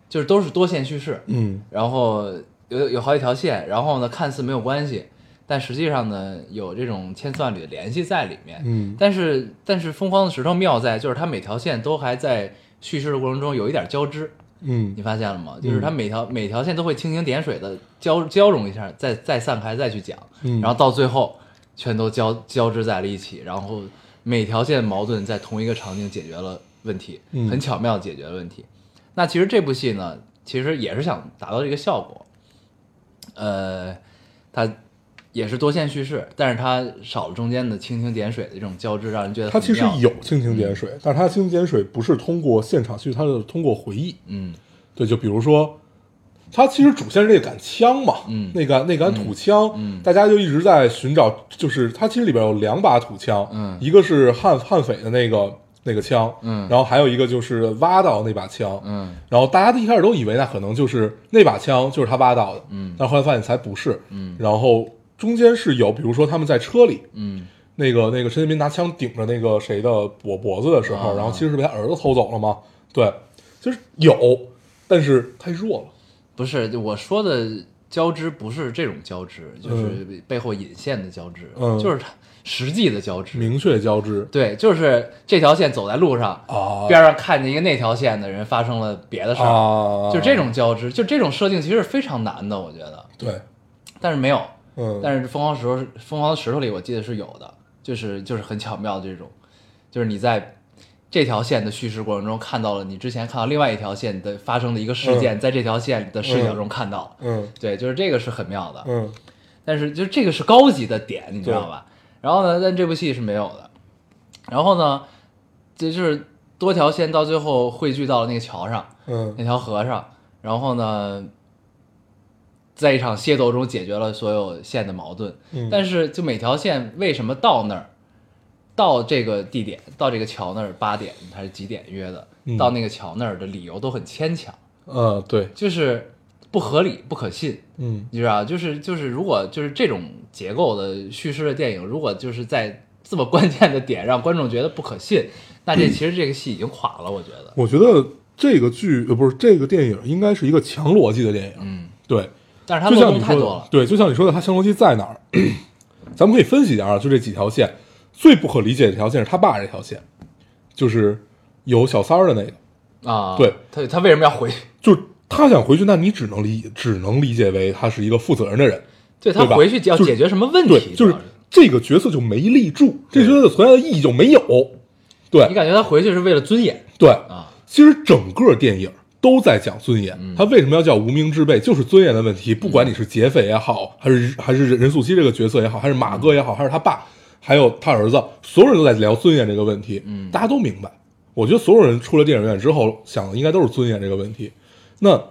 A: 就是都是多线叙事，
B: 嗯
A: 然后有有好几条线，然后呢看似没有关系，但实际上呢有这种千丝万缕的联系在里面。
B: 嗯
A: 但是但是疯狂的石头妙在就是它每条线都还在叙事的过程中有一点交织，
B: 嗯
A: 你发现了吗？就是它每条、每条线都会蜻蜓点水的交交融一下，再再散开再去讲，
B: 嗯
A: 然后到最后全都交交织在了一起，然后每条线矛盾在同一个场景解决了问题，
B: 嗯
A: 很巧妙地解决了问题。那其实这部戏呢，其实也是想达到这个效果，呃，它也是多线叙事，但是它少了中间的蜻蜓点水的这种交织，让人觉得
B: 它
A: 很
B: 其实
A: 妙
B: 有蜻蜓点水，但是它蜻蜓点水不是通过现场去，它是通过回忆。
A: 嗯
B: 对，就比如说，它其实主线是那杆枪嘛，
A: 嗯
B: 那杆那杆土枪，
A: 嗯
B: 大家就一直在寻找，就是它其实里边有两把土枪，
A: 嗯
B: 一个是悍悍匪的那个那个枪，
A: 嗯
B: 然后还有一个就是挖到那把枪，
A: 嗯
B: 然后大家一开始都以为那可能就是那把枪就是他挖到的，
A: 嗯
B: 但后来发现才不是，
A: 嗯
B: 然后中间是有，比如说他们在车里，
A: 嗯
B: 那个那个陈建斌拿枪顶着那个谁的脖脖子的时候，
A: 啊
B: 然后其实是被他儿子偷走了嘛。对，就是有，但是太弱了。
A: 不是，就我说的交织不是这种交织，就是背后引线的交织，
B: 嗯
A: 就是它实际的交织。
B: 明确交织
A: 对，就是这条线走在路上，
B: 啊
A: 边上看见一个那条线的人发生了别的事儿，
B: 啊，
A: 就这种交织，就这种设定其实是非常难的，我觉得。
B: 对，
A: 但是没有，
B: 嗯，
A: 但是疯狂石头是疯狂的石头里我记得是有的，就是就是很巧妙的这种，就是你在。这条线的叙事过程中，看到了你之前看到另外一条线的发生的一个事件，在这条线的视角中看到了，
B: 嗯
A: 对，就是这个是很妙的，
B: 嗯
A: 但是就这个是高级的点，你知道吧？然后呢，但这部戏是没有的。然后呢，这就是多条线到最后汇聚到了那个桥上，
B: 嗯
A: 那条河上。然后呢，在一场械斗中解决了所有线的矛盾。
B: 嗯
A: 但是就每条线为什么到那儿，到这个地点，到这个桥那儿八点还是几点约的？
B: 嗯
A: 到那个桥那儿的理由都很牵强，呃
B: 嗯，对，
A: 就是不合理、不可信。
B: 嗯
A: 你知道，就是就是，如果就是这种结构的叙事的电影，如果就是在这么关键的点让观众觉得不可信，那
B: 嗯
A: 这其实这个戏已经垮了，我觉得。
B: 我觉得这个剧呃不是这个电影应该是一个强逻辑的电影，
A: 嗯，
B: 对，
A: 但是它
B: 就
A: 漏
B: 像
A: 洞
B: 你
A: 太
B: 说
A: 多
B: 的
A: 了，。
B: 对，就像你说的，它强逻辑在哪儿？ 咱们可以分析一下啊，就这几条线，最不可理解的一条线是他爸这条线，就是有小三儿的那个，
A: 啊，
B: 对，
A: 他他为什么要 回？
B: 就是他想回去，那你只能理只能理解为他是一个负责任的人，
A: 对他
B: 对吧
A: 回去要
B: 就是
A: 解决什么问
B: 对，
A: 题？
B: 就是
A: 主要
B: 这个角色就没立住，这角色的存在的意义就没有，
A: 你
B: 对
A: 感觉他回去是为了尊严
B: 对。
A: 啊？
B: 其实整个电影都在讲尊严，他为什么要叫无名之辈？就是尊严的问题。不管你是劫匪也好，还是还是任素汐这个角色也好，还是马哥也好，还是他爸，还有他儿子，所有人都在聊尊严这个问题。嗯，大家都明白。我觉得所有人出了电影院之后想的应该都是尊严这个问题。那，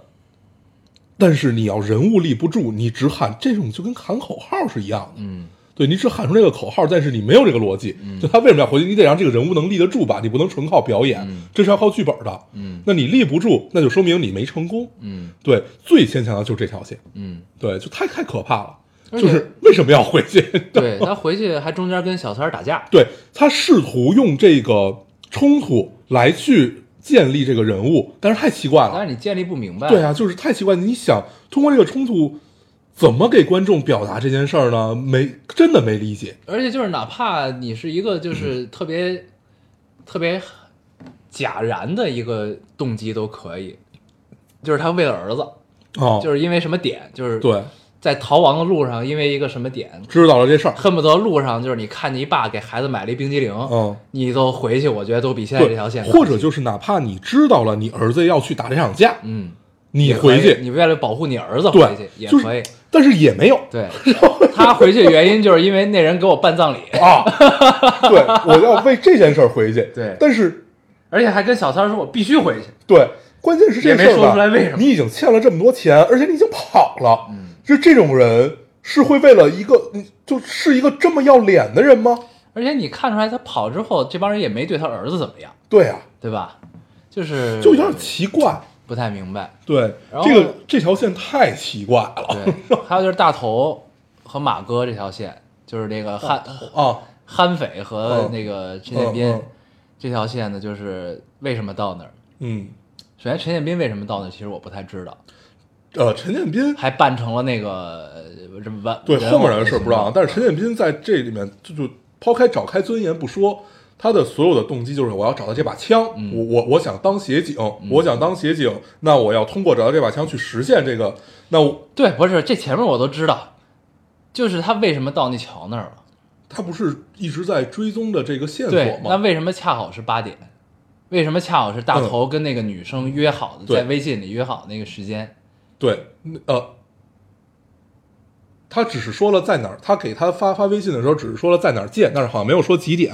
B: 但是你要人物立不住，你只喊这种就跟喊口号是一样的。
A: 嗯，
B: 对你只喊出这个口号，但是你没有这个逻辑，就他为什么要回去？你得让这个人物能立得住吧，你不能纯靠表演，这是要靠剧本的。
A: 嗯，
B: 那你立不住，那就说明你没成功。
A: 嗯
B: 对，最牵强的就是这条线，
A: 嗯，
B: 对，就太太可怕了。
A: 而
B: 就
A: 且
B: 是为什么要回去？
A: 对他回去还中间跟小三儿打架，
B: 对他试图用这个冲突来去建立这个人物，但是太奇怪
A: 但
B: 了。
A: 是你建立不明白。
B: 对，啊，就是太奇怪。你想通过这个冲突，怎么给观众表达这件事儿呢？没，真的没理解。
A: 而且就是哪怕你是一个就是
B: 嗯
A: 特别、特别假然的一个动机都可以，就是他为了儿子，
B: 啊，
A: 就是因为什么点，就是
B: 对，
A: 在逃亡的路上，因为一个什么点，
B: 知道了这事儿，
A: 恨不得路上就是你看你爸给孩子买了一冰激凌，
B: 嗯，
A: 你都回去，我觉得都比现在
B: 对，
A: 这条线
B: 或者就是哪怕你知道了你儿子要去打这场架，
A: 嗯
B: 你
A: 也可以
B: 回去
A: 你为了保护你儿子
B: 对
A: 回去也
B: 就是
A: 可以。
B: 但是 也没有
A: 对，他回去原因就是因为那人给我办葬礼，
B: 啊。对，我要为这件事儿回去。
A: 对
B: 但是
A: 而且还跟小三儿说我必须回去。
B: 对，关键是这
A: 也
B: 事
A: 没
B: 儿吧，
A: 说出来为什么嗯
B: 你已经欠了这么多钱，而且你已经跑了，就这种人是会为了一个，嗯就是一个这么要脸的人吗？
A: 而且你看出来他跑之后，这帮人也没对他儿子怎么样，
B: 对啊，
A: 对吧？就是
B: 就有点奇怪。
A: 不太明白。
B: 对，
A: 然后
B: 这个这条线太奇怪了
A: 对，还有就是大头和马哥这条线，就是那个憨
B: 啊！
A: 憨匪和
B: 嗯
A: 那个陈建
B: 嗯
A: 斌
B: 嗯
A: 这条线呢，就是为什么到那儿？
B: 嗯，
A: 首先，陈建斌为什么到那儿，其实我不太知道，
B: 呃，陈建斌
A: 还办成了那个呃什么完
B: 对后面
A: 人偶
B: 的事儿不知道，啊
A: 形象
B: 但是陈建斌在这里面就就抛开找开尊严不说，他的所有的动机就是我要找到这把枪，
A: 嗯
B: 我我我想当协警，我想当协警，那我要通过找到这把枪去实现这个，那我
A: 对，不是这前面我都知道，就是他为什么到那桥那儿了？
B: 他不是一直在追踪的这个线索
A: 对，那
B: 吗？
A: 为什么恰好是八点？为什么恰好是大头跟那个女生约好的，
B: 嗯对
A: 在微信里约好那个时间？
B: 对，呃。他只是说了在哪儿，他给他发发微信的时候，只是说了在哪儿见，但是好像没有说几点。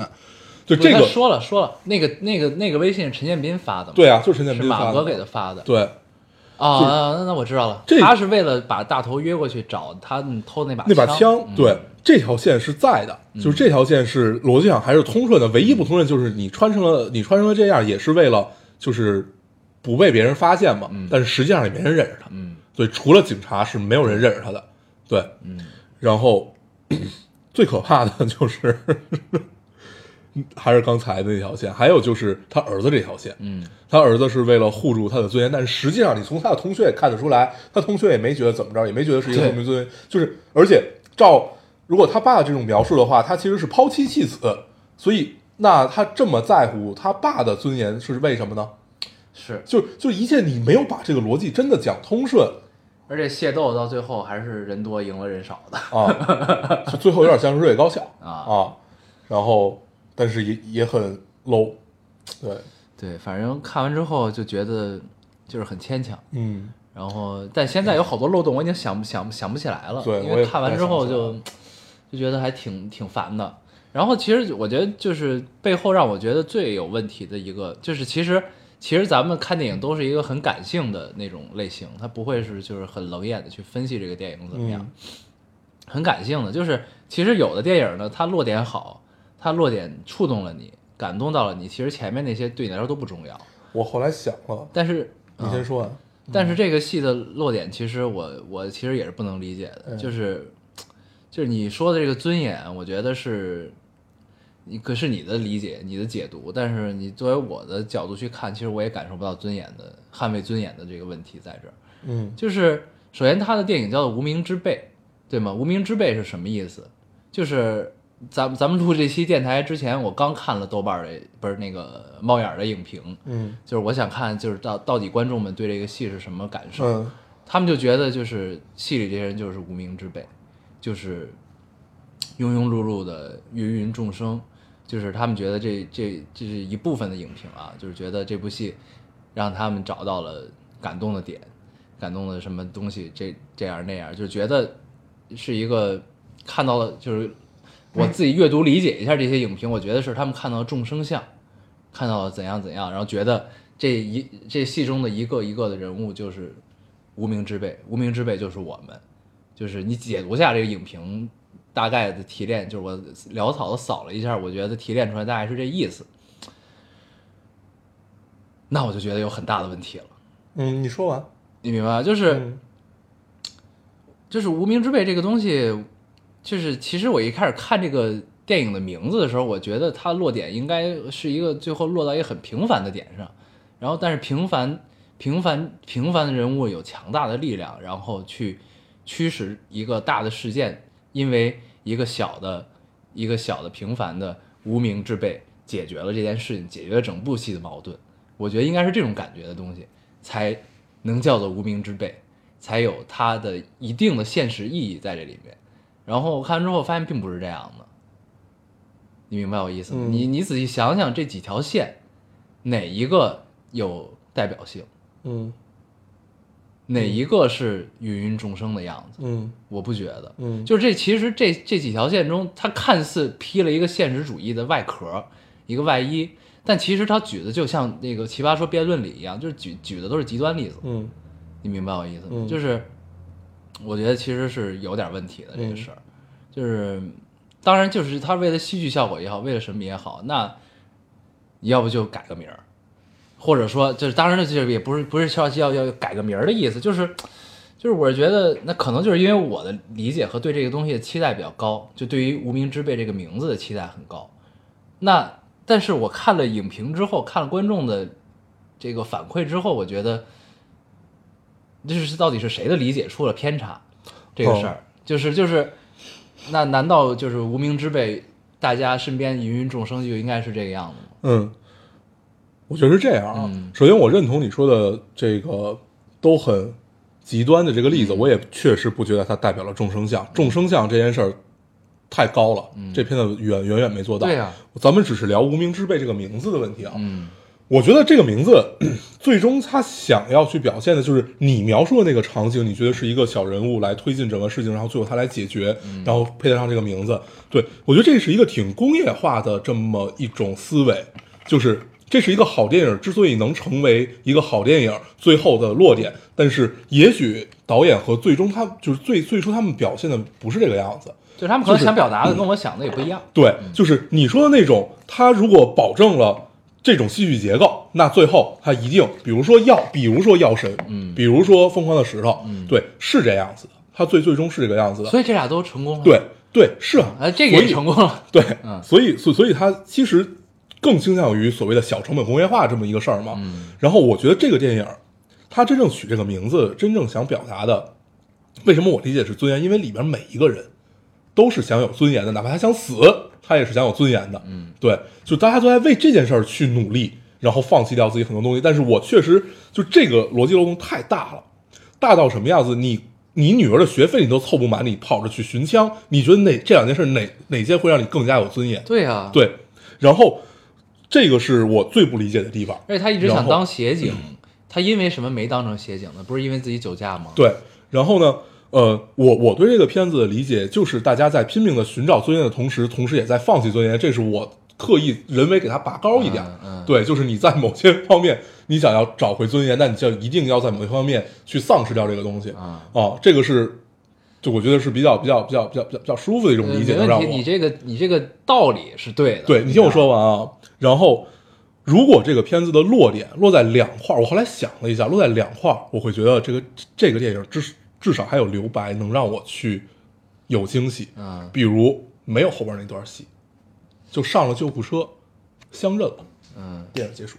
B: 就这
A: 不
B: 个
A: 是他，说了说了，那个那个那个微信是陈建斌发的吗？
B: 对啊，就是陈建
A: 是
B: 斌发
A: 马
B: 的。
A: 哥给他发的。
B: 对，
A: 啊，
B: 就是
A: 那那我知道了，
B: 这
A: 他是为了把大头约过去找他们偷那把
B: 那把
A: 枪嗯
B: 枪，，对，这条线是在的，就是这条线是逻辑上还是通顺的，唯一不通顺就是你穿成了你穿成了这样，也是为了就是不被别人发现嘛，但是实际上也没人认识他，
A: 嗯，
B: 对，除了警察是没有人认识他的，对，嗯，然后 最可怕的就是 还是刚才的那条线，还有就是他儿子这条线，
A: 嗯，
B: 他儿子是为了护住他的尊严，但是实际上你从他的同学也看得出来，他同学也没觉得怎么着，也没觉得是一个
A: 对
B: 什么尊严，就是而且照如果他爸这种描述的话，他其实是抛妻弃子，所以那他这么在乎他爸的尊严是为什么呢？
A: 是，
B: 就就一切你没有把这个逻辑真的讲通顺
A: 而且械斗到最后还是人多赢了人少的，
B: 啊，就最后有点像是瑞高校
A: 啊
B: 然后但是也也很 low，对，
A: 对，反正看完之后就觉得就是很牵强，
B: 嗯，
A: 然后但现在有好多漏洞，我已经想不想不想不起来了，
B: 对
A: 因
B: 我
A: 为
B: 也
A: 看完之后
B: 不太
A: 就就觉得还挺挺烦的。然后其实我觉得就是背后让我觉得最有问题的一个，就是其实其实咱们看电影都是一个很感性的那种类型，它不会是就是很冷眼的去分析这个电影怎么样，
B: 嗯
A: 很感性的。就是其实有的电影呢，它落点好，它落点触动了你，感动到了你，其实前面那些对你来说都不重要，
B: 我后来想了，
A: 但是呃
B: 你先说完，
A: 但是这个戏的落点，其实我我其实也是不能理解的，就是就是你说的这个尊严，我觉得是你可是你的理解、你的解读，但是你作为我的角度去看，其实我也感受不到尊严的捍卫尊严的这个问题在这儿。
B: 嗯
A: 就是首先他的电影叫做《无名之辈》，对吗？无名之辈是什么意思？就是咱们咱们录这期电台之前，我刚看了豆瓣儿的不是那个猫眼儿的影评，
B: 嗯
A: 就是我想看，就是到到底观众们对这个戏是什么感受？
B: 嗯
A: 他们就觉得就是戏里这些人就是无名之辈，就是庸庸碌碌的芸芸众生，就是他们觉得这这这是一部分的影评啊，就是觉得这部戏让他们找到了感动的点，感动的什么东西，这这样那样，就觉得是一个看到了，就是我自己阅读理解一下这些影评，我觉得是他们看到了众生相，看到了怎样怎样，然后觉得这一这戏中的一个一个的人物就是无名之辈，无名之辈就是我们，就是你解读下这个影评大概的提炼，就是我潦草的扫了一下，我觉得提炼出来大概是这意思，那我就觉得有很大的问题了，
B: 嗯，你说完，
A: 你明白吗？就是。
B: 嗯
A: 就是无名之辈这个东西，就是其实我一开始看这个电影的名字的时候，我觉得它落点应该是一个最后落到一个很平凡的点上，然后但是平凡平凡平凡的人物有强大的力量，然后去驱使一个大的事件，因为一个小的一个小的平凡的无名之辈解决了这件事情，解决了整部戏的矛盾。我觉得应该是这种感觉的东西，才能叫做无名之辈，才有它的一定的现实意义在这里面。然后我看完之后发现并不是这样的，你明白我意思吗？
B: 嗯
A: 你你仔细想想这几条线，哪一个有代表性？
B: 嗯
A: 哪一个是芸芸众生的样子？
B: 嗯
A: 我不觉得，
B: 嗯
A: 就是这其实这这几条线中，它看似披了一个现实主义的外壳，一个外衣，但其实它举的就像那个《奇葩说》辩论里一样，就是举举的都是极端例子。
B: 嗯
A: 你明白我意思吗？
B: 嗯
A: 就是我觉得其实是有点问题的
B: 嗯
A: 这个事儿，就是当然就是他为了戏剧效果也好，为了什么也好，那要不就改个名儿，或者说就是当然这就是也不是不是说要要要改个名儿的意思，就是就是我是觉得那可能就是因为我的理解和对这个东西的期待比较高，就对于无名之辈这个名字的期待很高。那但是我看了影评之后，看了观众的这个反馈之后，我觉得这是到底是谁的理解出了偏差这个事儿，就是就是，那难道就是无名之辈，大家身边芸芸众生就应该是这个样子吗？
B: 嗯，我觉得是这样啊。
A: 嗯
B: 首先，我认同你说的这个都很极端的这个
A: 嗯
B: 例子，我也确实不觉得它代表了众生相。众生相这件事儿太高了，这片子远远远没做到。
A: 嗯对啊
B: 咱们只是聊“无名之辈”这个名字的问题啊。
A: 嗯
B: 我觉得这个名字 最终他想要去表现的就是你描述的那个场景，你觉得是一个小人物来推进整个事情，然后最后他来解决，然后配得上这个名字。对我觉得这是一个挺工业化的这么一种思维，就是这是一个好电影之所以能成为一个好电影最后的落点，但是也许导演和最终他就是最最初他们表现的不是这个样子。
A: 就是他们可能
B: 就是嗯
A: 想表达的跟我想的也不一样。
B: 对，就是你说的那种，他如果保证了这种戏剧结构，那最后他一定，比如说药，比如说药神，嗯，比如说疯狂的石头，嗯，对，是这样子的，他最最终是这个样子的，
A: 所以这俩都成功了。
B: 对，对是啊，
A: 哎，这个也
B: 所以
A: 成功嗯了。
B: 对，所以所所以它其实更倾向于所谓的小成本工业化这么一个事儿
A: 嗯
B: 嘛。然后我觉得这个电影，它真正取这个名字，真正想表达的，为什么我理解是尊严？因为里边每一个人都是想有尊严的，哪怕他想死，他也是想有尊严的。嗯，对，就大家都在为这件事儿去努力，然后放弃掉自己很多东西。但是我确实就这个逻辑漏洞太大了。大到什么样子？你你女儿的学费你都凑不满，你跑着去寻枪，你觉得哪这两件事哪哪件会让你更加有尊严？
A: 对啊，。
B: 对，然后这个是我最不理解的地方。
A: 而且他一直
B: 然
A: 想
B: 后嗯
A: 当协警，他因为什么没当成协警呢？不是因为自己酒驾吗？
B: 对，然后呢，呃，我我对这个片子的理解就是，大家在拼命的寻找尊严的同时，同时也在放弃尊严，这是我刻意人为给它拔高一点。
A: 嗯嗯
B: 对，就是你在某些方面你想要找回尊严，那你就一定要在某些方面去丧失掉这个东西。
A: 啊
B: 啊，这个是，就我觉得是比较比较比较比较比较比较舒服的一种
A: 呃
B: 理解，
A: 没
B: 能让
A: 问
B: 我
A: 题，你这个你这个道理是对的。嗯
B: 对你听我说完啊，然后如果这个片子的落点落在两块儿，我后来想了一下，落在两块儿，我会觉得这个这个电影至至少还有留白，能让我去有惊喜。
A: 嗯，
B: 比如没有后边那段戏，就上了救护车，相认了，
A: 嗯
B: 电影结束，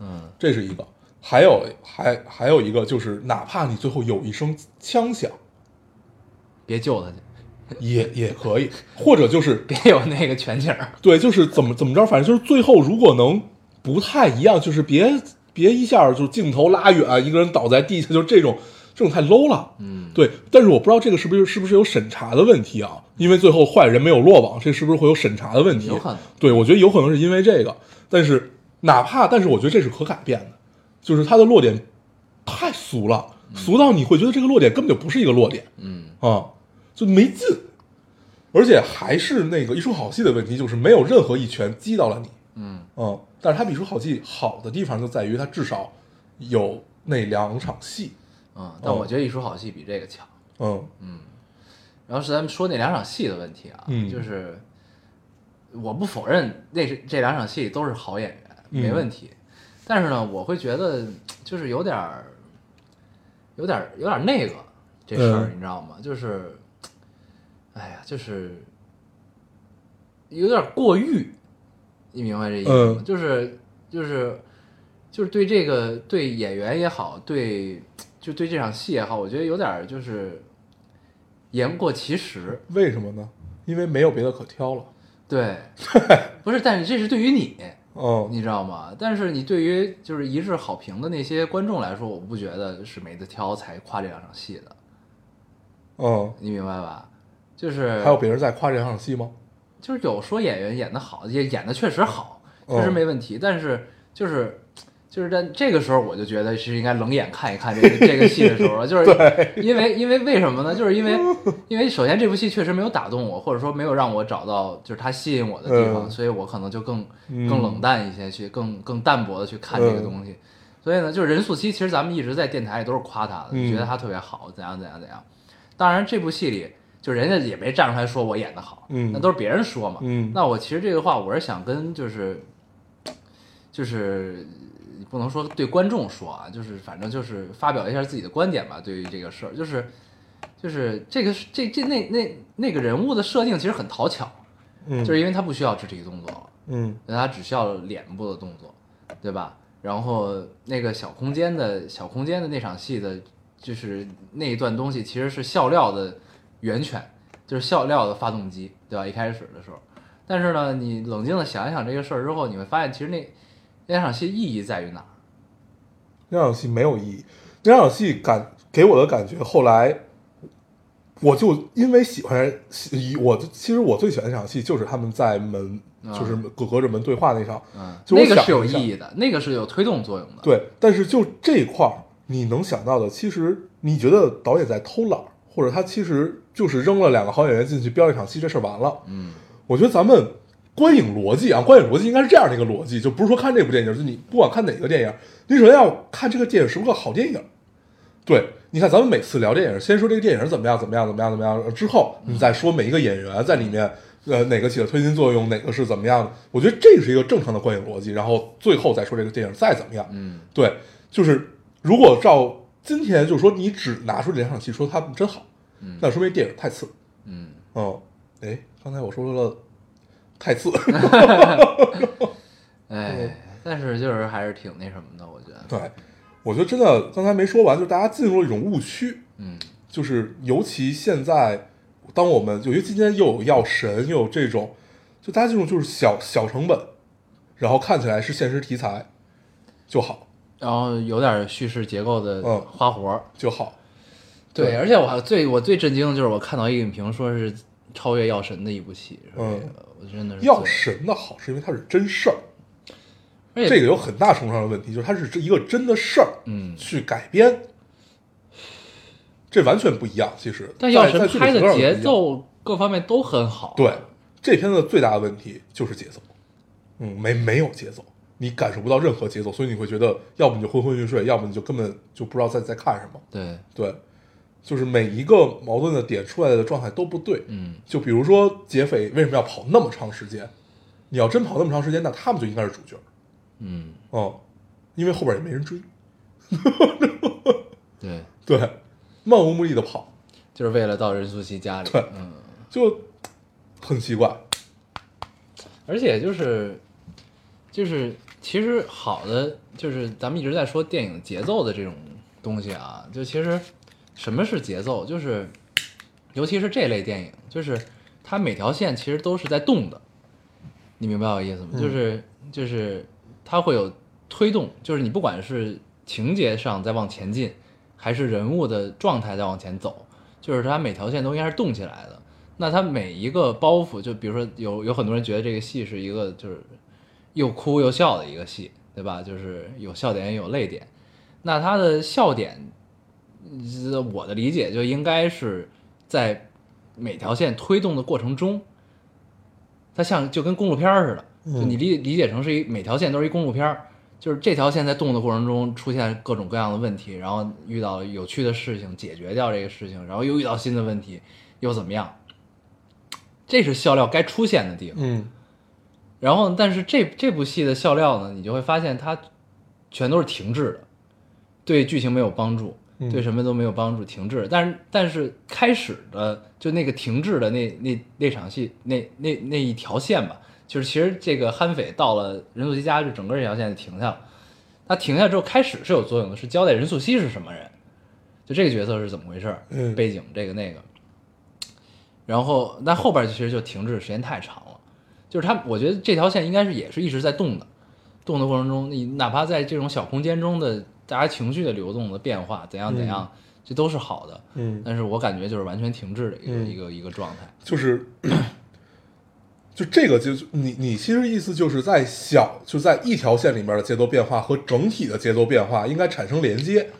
A: 嗯
B: 这是一个。还有还还有一个就是，哪怕你最后有一声枪响，
A: 别救他去，
B: 也也可以，或者就是
A: 别有那个全景儿。
B: 对，就是怎么怎么着，反正就是最后如果能不太一样，就是别别一下就镜头拉远，一个人倒在地下，就这种这种太 low 了。
A: 嗯，
B: 对，但是我不知道这个是不是是不是有审查的问题啊？因为最后坏人没有落网，这是不是会有审查的问题？
A: 有可能
B: 对，我觉得有可能是因为这个，但是哪怕，但是我觉得这是可改变的，就是它的落点太俗了，俗到你会觉得这个落点根本就不是一个落点。
A: 嗯
B: 啊，就没劲，而且还是那个一出好戏的问题，就是没有任何一拳击到了你，
A: 嗯
B: 嗯，但是它比一出好戏好的地方就在于它至少有那两场戏，
A: 嗯，
B: 哦
A: 但我觉得一出好戏比这个强。
B: 嗯
A: 然后是咱们说那两场戏的问题啊，
B: 嗯
A: 就是我不否认那是这两场戏都是好演员，
B: 嗯
A: 没问题。但是呢，我会觉得就是有点儿，有点儿，有点儿那个这事儿，
B: 嗯
A: 你知道吗？就是，哎呀，就是有点儿过誉，你明白这意思吗？
B: 嗯
A: 就是就是就是对这个对演员也好，对就对这场戏也好，我觉得有点儿就是言过其实。
B: 为什么呢？因为没有别的可挑了，
A: 对，不是，但是这是对于你，
B: 嗯
A: 你知道吗？但是你对于就是一致好评的那些观众来说，我不觉得是没得挑才夸这两场戏的，
B: 嗯，
A: 你明白吧？就是
B: 还有别人在夸这两场戏吗？哦
A: 就是有说演员演的好，也演的确实好，确实没问题。但是就是就是在这个时候，我就觉得是应该冷眼看一看这个这个戏的时候了，就是因为因为为什么呢？就是因 为因为首先这部戏确实没有打动我，或者说没有让我找到就是它吸引我的地方，
B: 嗯
A: 所以我可能就更
B: 嗯
A: 更冷淡一些，去更更淡薄的去看这个东西。所以呢，就是任素汐，其实咱们一直在电台里都是夸她的，
B: 嗯
A: 觉得她特别好，怎样怎样怎样。当然这部戏里，就人家也没站出来说我演的好，
B: 嗯
A: 那都是别人说嘛。
B: 嗯
A: 那我其实这个话我是想跟就是就是不能说对观众说啊，就是反正就是发表一下自己的观点吧，对于这个事儿，就是就是这个这这那那那个人物的设定其实很讨巧，
B: 嗯，
A: 就是因为他不需要肢体动作，
B: 嗯
A: 那他只需要脸部的动作，对吧？然后那个小空间的小空间的那场戏的，就是那一段东西其实是笑料的源泉，就是笑料的发动机，对吧？一开始的时候，但是呢，你冷静的想一想这个事儿之后，你会发现其实那那场戏意义在于哪儿？
B: 那场戏没有意义，那场戏感给我的感觉，后来我就因为喜欢，喜我其实我最喜欢那场戏就是他们在门，
A: 啊
B: 就是隔隔着门对话那场，
A: 嗯，
B: 就我
A: 那个
B: 想
A: 是有
B: 一
A: 意
B: 下
A: 义的，那个是有推动作用的。
B: 对，但是就这一块儿，你能想到的，其实你觉得导演在偷懒儿，或者他其实就是扔了两个好演员进去飙一场戏，这事儿完了。
A: 嗯，
B: 我觉得咱们观影逻辑啊，观影逻辑应该是这样的一个逻辑，就不是说看这部电影，就你不管看哪个电影，你首先要看这个电影是不是个好电影。对，你看咱们每次聊电影，先说这个电影怎么样，怎么样，怎么样，怎么样，之后你再说每一个演员在里面，呃，哪个起了推进作用，哪个是怎么样的。我觉得这是一个正常的观影逻辑，然后最后再说这个电影再怎么样。
A: 嗯，
B: 对，就是如果照今天，就是说你只拿出这两场戏说他们真好，
A: 嗯
B: 那说明电影太次。
A: 嗯，
B: 嗯，哎，刚才我说了太次，
A: 哎，但是就是还是挺那什么的，我觉得。
B: 对，我觉得真的刚才没说完，就是大家进入了一种误区，
A: 嗯
B: 就是尤其现在，当我们由于今天又有药神，又有这种，就大家这种就是小小成本，然后看起来是现实题材就好
A: 然后有点叙事结构的
B: 嗯
A: 花活儿，
B: 就好，
A: 对，
B: 对
A: 而且我还最我最震惊的就是我看到一个影评说是超越《药神》的一部戏，是吧
B: 嗯
A: 这个我真的是
B: 药
A: 醉了，
B: 神的好是因为它是真事儿，
A: 而且
B: 这个有很大程度上的问题，就是它是一个真的事儿
A: 嗯，
B: 去改编，这完全不一样。其实，
A: 但《药
B: 在
A: 神
B: 在》剧本
A: 拍
B: 上
A: 的
B: 不一样
A: 节奏各方面都很好，
B: 对，这片子最大的问题就是节奏，嗯，没没有节奏，你感受不到任何节奏，所以你会觉得，要不你就昏昏欲睡，要不你就根本就不知道在在看什么。
A: 对，
B: 对，就是每一个矛盾的点出来的状态都不对。
A: 嗯，
B: 就比如说劫匪为什么要跑那么长时间？你要真跑那么长时间，那他们就应该是主角，
A: 嗯，
B: 嗯，因为后边也没人追，
A: 对，
B: 对，漫无目的的跑，
A: 就是为了到任素汐家里，
B: 对
A: 嗯，
B: 就很奇怪。
A: 而且就是就是其实好的就是咱们一直在说电影节奏的这种东西啊，就其实什么是节奏，就是尤其是这类电影，就是它每条线其实都是在动的，你明白我意思吗？就是就是它会有推动，就是你不管是情节上在往前进，还是人物的状态在往前走，就是它每条线都应该是动起来的。那它每一个包袱，就比如说有有很多人觉得这个戏是一个就是又哭又笑的一个戏，对吧？就是有笑点也有泪点。那它的笑点，呃我的理解就应该是在每条线推动的过程中，它像就跟公路片儿似的，就你理理解成是一每条线都是一公路片儿，就是这条线在动的过程中出现各种各样的问题，然后遇到有趣的事情，解决掉这个事情，然后又遇到新的问题，又怎么样？这是笑料该出现的地方。
B: 嗯，
A: 然后，但是这这部戏的笑料呢，你就会发现它全都是停滞的，对剧情没有帮助，
B: 嗯
A: 对什么都没有帮助，停滞。但是，但是开始的就那个停滞的那那那场戏，那那那一条线吧，就是其实这个悍匪到了任素汐家，就整个这条线就停下了。他停下之后，开始是有作用的，是交代任素汐是什么人，就这个角色是怎么回事儿，
B: 嗯
A: 背景这个那个。然后，但后边其实就停滞，时间太长了。就是他，我觉得这条线应该是也是一直在动的，动的过程中，你哪怕在这种小空间中的大家情绪的流动的变化，怎样怎样，这都是好的。
B: 嗯
A: 但是我感觉就是完全停滞的一个、
B: 嗯
A: 一个一个状态。
B: 就是，就这个就是你你其实意思就是在小就在一条线里面的节奏变化和整体的节奏变化应该产生连接，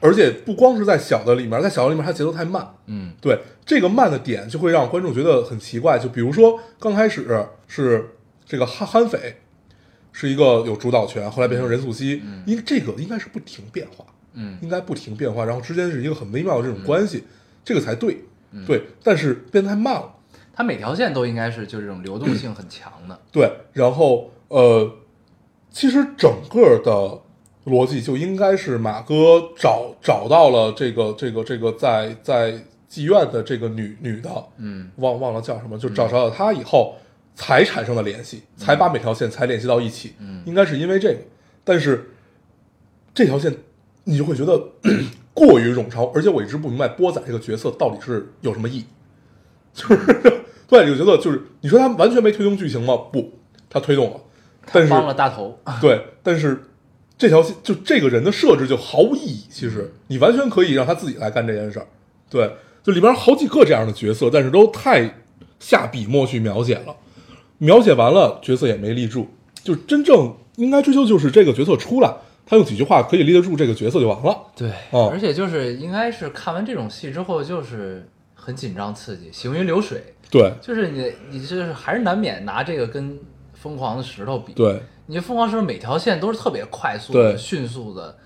B: 而且不光是在小的里面，在小的里面它节奏太慢，
A: 嗯
B: 对这个慢的点就会让观众觉得很奇怪。就比如说刚开始是这个憨憨匪是一个有主导权，后来变成任素汐，因为这个应该是不停变化，
A: 嗯
B: 应该不停变化，然后之间是一个很微妙的这种关系，这个才对，对，但是变得太慢了。
A: 它每条线都应该是就这种流动性很强的，
B: 对，然后呃，其实整个的逻辑就应该是马哥找找到了这个这个这个在在妓院的这个女女的，
A: 嗯
B: 忘忘了叫什么，就找到了她以后才产生的联系，才把每条线才联系到一起，
A: 嗯
B: 应该是因为这个，但是这条线你就会觉得 过于冗长，而且我一直不明白波仔这个角色到底是有什么意义，就是 对，你就觉得就是你说他完全没推动剧情吗？不，他推动了，但是啊
A: 帮了大头，
B: 对，但是这条线就这个人的设置就毫无意义。其实你完全可以让他自己来干这件事儿。对，就里边好几个这样的角色，但是都太下笔墨去描写了，描写完了角色也没立住。就真正应该追求就是这个角色出来，他用几句话可以立得住这个角色就完了。
A: 对，
B: 哦
A: 而且就是应该是看完这种戏之后，就是很紧张刺激，行云流水，
B: 对
A: 就是你你就是还是难免拿这个跟疯狂的石头比，，
B: 对
A: 你这疯狂石头每条线都是特别快速的、
B: 对
A: 迅速的、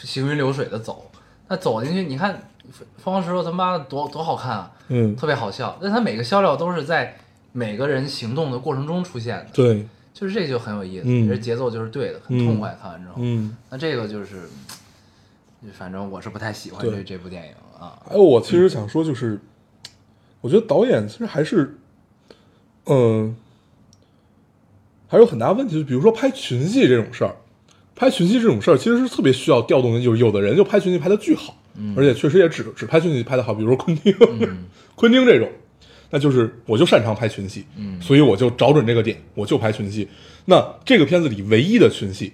A: 行云流水的走，那走进去你看疯狂石头他妈的多多好看啊，
B: 嗯
A: 特别好笑，但它每个笑料都是在每个人行动的过程中出现的，
B: 对，
A: 就是这就很有意思，
B: 嗯
A: 这节奏就是对的，很
B: 嗯
A: 痛快，看完之后，
B: 嗯。
A: 那这个就是，嗯反正我是不太喜欢
B: 对
A: 这这部电影啊。
B: 还有，哎我其实想说，就是、我觉得导演其实还是，嗯、还有很大问题。就比如说拍群戏这种事儿，拍群戏这种事儿其实是特别需要调动的。有有的人就拍群戏拍的巨好，
A: 嗯
B: 而且确实也只只拍群戏拍的好，比如说昆汀，昆汀这种，那就是我就擅长拍群戏，
A: 嗯
B: 所以我就找准这个点，我就拍群戏。那这个片子里唯一的群戏，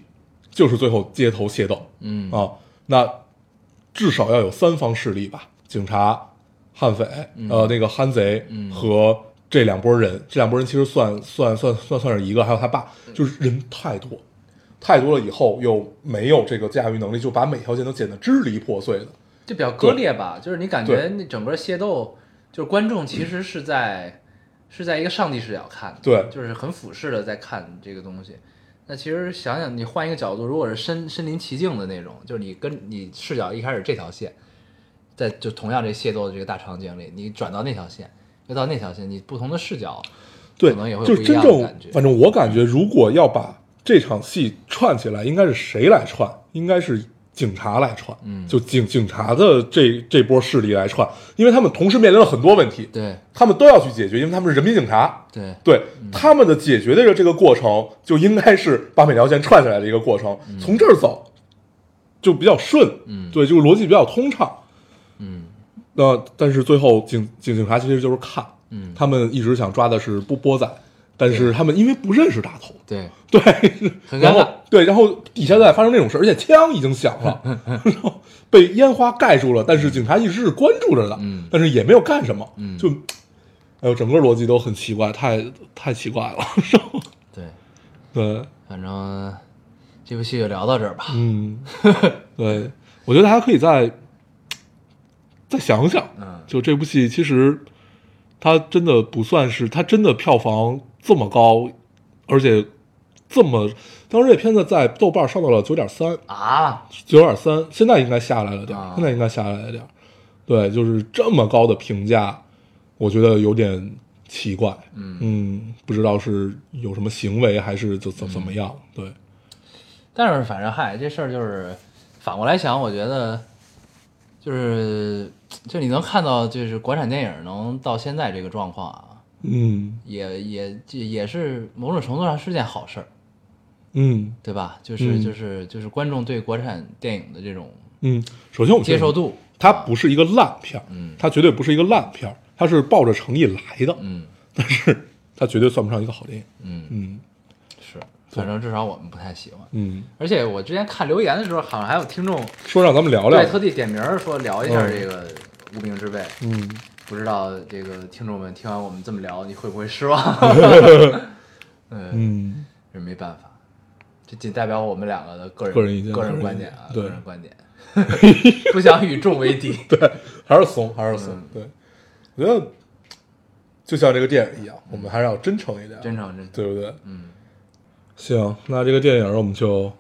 B: 就是最后街头械斗，
A: 嗯
B: 啊，那至少要有三方势力吧，警察、悍匪，呃，那个憨贼
A: 嗯
B: 和这两拨人，这两拨人其实算算算算算是一个，还有他爸，
A: 嗯
B: 就是人太多，太多了以后又没有这个驾驭能力，就把每条线都剪得支离破碎的。
A: 就比较割裂吧，就是你感觉那整个械斗，就是观众其实是在、是在一个上帝视角看的，
B: 对
A: 就是很俯视的在看这个东西。那其实想想，你换一个角度，如果是身身临其境的那种，就是你跟你视角一开始这条线，在就同样这械斗的这个大场景里，你转到那条线，又到那条线，你不同的视角，
B: 对，
A: 可能也会有
B: 就
A: 不
B: 是
A: 一
B: 真
A: 样的
B: 正
A: 感觉，
B: 反正我感觉，如果要把这场戏串起来，应该是谁来串？应该是警察来串，
A: 嗯
B: 就警警察的这这波势力来串，因为他们同时面临了很多问题，
A: 对
B: 他们都要去解决，因为他们是人民警察。
A: 对，
B: 对、
A: 嗯
B: 他们的解决的这个过程，就应该是把每条线串起来的一个过程，从这儿走就比较顺，
A: 嗯
B: 对，就是逻辑比较通畅。
A: 嗯
B: 那但是最后警警警察其实就是看，
A: 嗯，
B: 他们一直想抓的是波波仔，但是他们因为不认识大头，
A: 对，
B: 对，
A: 很尴尬
B: 然后对，然后底下再发生这种事，而且枪已经响 了，然后被烟花盖住了，但是警察一直是关注着的，
A: 嗯
B: 但是也没有干什么，
A: 嗯
B: 就，哎呦，整个逻辑都很奇怪，太太奇怪了，然后
A: 对，
B: 对，
A: 反正这部戏就聊到这儿吧。
B: 嗯，对，我觉得大家可以再再想想，
A: 嗯
B: 就这部戏其实它真的不算是，它真的票房这么高，而且这么，当时这片子在豆瓣上到了九点三，
A: 啊，
B: 九点三，现在应该下来了点儿
A: 啊，
B: 现在应该下来了点儿，对，就是这么高的评价，我觉得有点奇怪，嗯不知道是有什么行为还是怎怎怎么样，
A: 嗯
B: 对，
A: 但是反正嗨，这事儿就是反过来想，我觉得就是就你能看到，就是国产电影能到现在这个状况啊，
B: 嗯
A: 也也这也是某种程度上是件好事儿，
B: 嗯。
A: 对吧？就是、
B: 嗯
A: 就是就是观众对国产电影的这种
B: 嗯，首先我们
A: 接受，度，
B: 它不是一个烂片儿，
A: 嗯
B: 它绝对不是一个烂片儿，它是抱着诚意来的，
A: 嗯
B: 但是它绝对算不上一个好电影，
A: 嗯
B: 嗯
A: 是，反正至少我们不太喜欢。
B: 嗯，
A: 而且我之前看留言的时候，好像还有听众
B: 说让咱们聊聊
A: 对，特地点名儿说聊一下
B: 嗯
A: 这个《无名之辈》，
B: 嗯
A: 不知道这个听众们听完我们这么聊，你会不会失望？ 嗯，
B: 嗯，
A: 这没办法，这仅代表我们两个的个人
B: 个人意见
A: 个人
B: 个人
A: 观
B: 意
A: 点
B: 见
A: 啊，
B: 对
A: 个人观点， 不想与众为敌。
B: 对，还是怂，还是怂。
A: 嗯
B: 对，我觉得就像这个电影一样，我们还是要真诚一点，
A: 真诚真，
B: 对不对？
A: 嗯，
B: 行，那这个电影我们就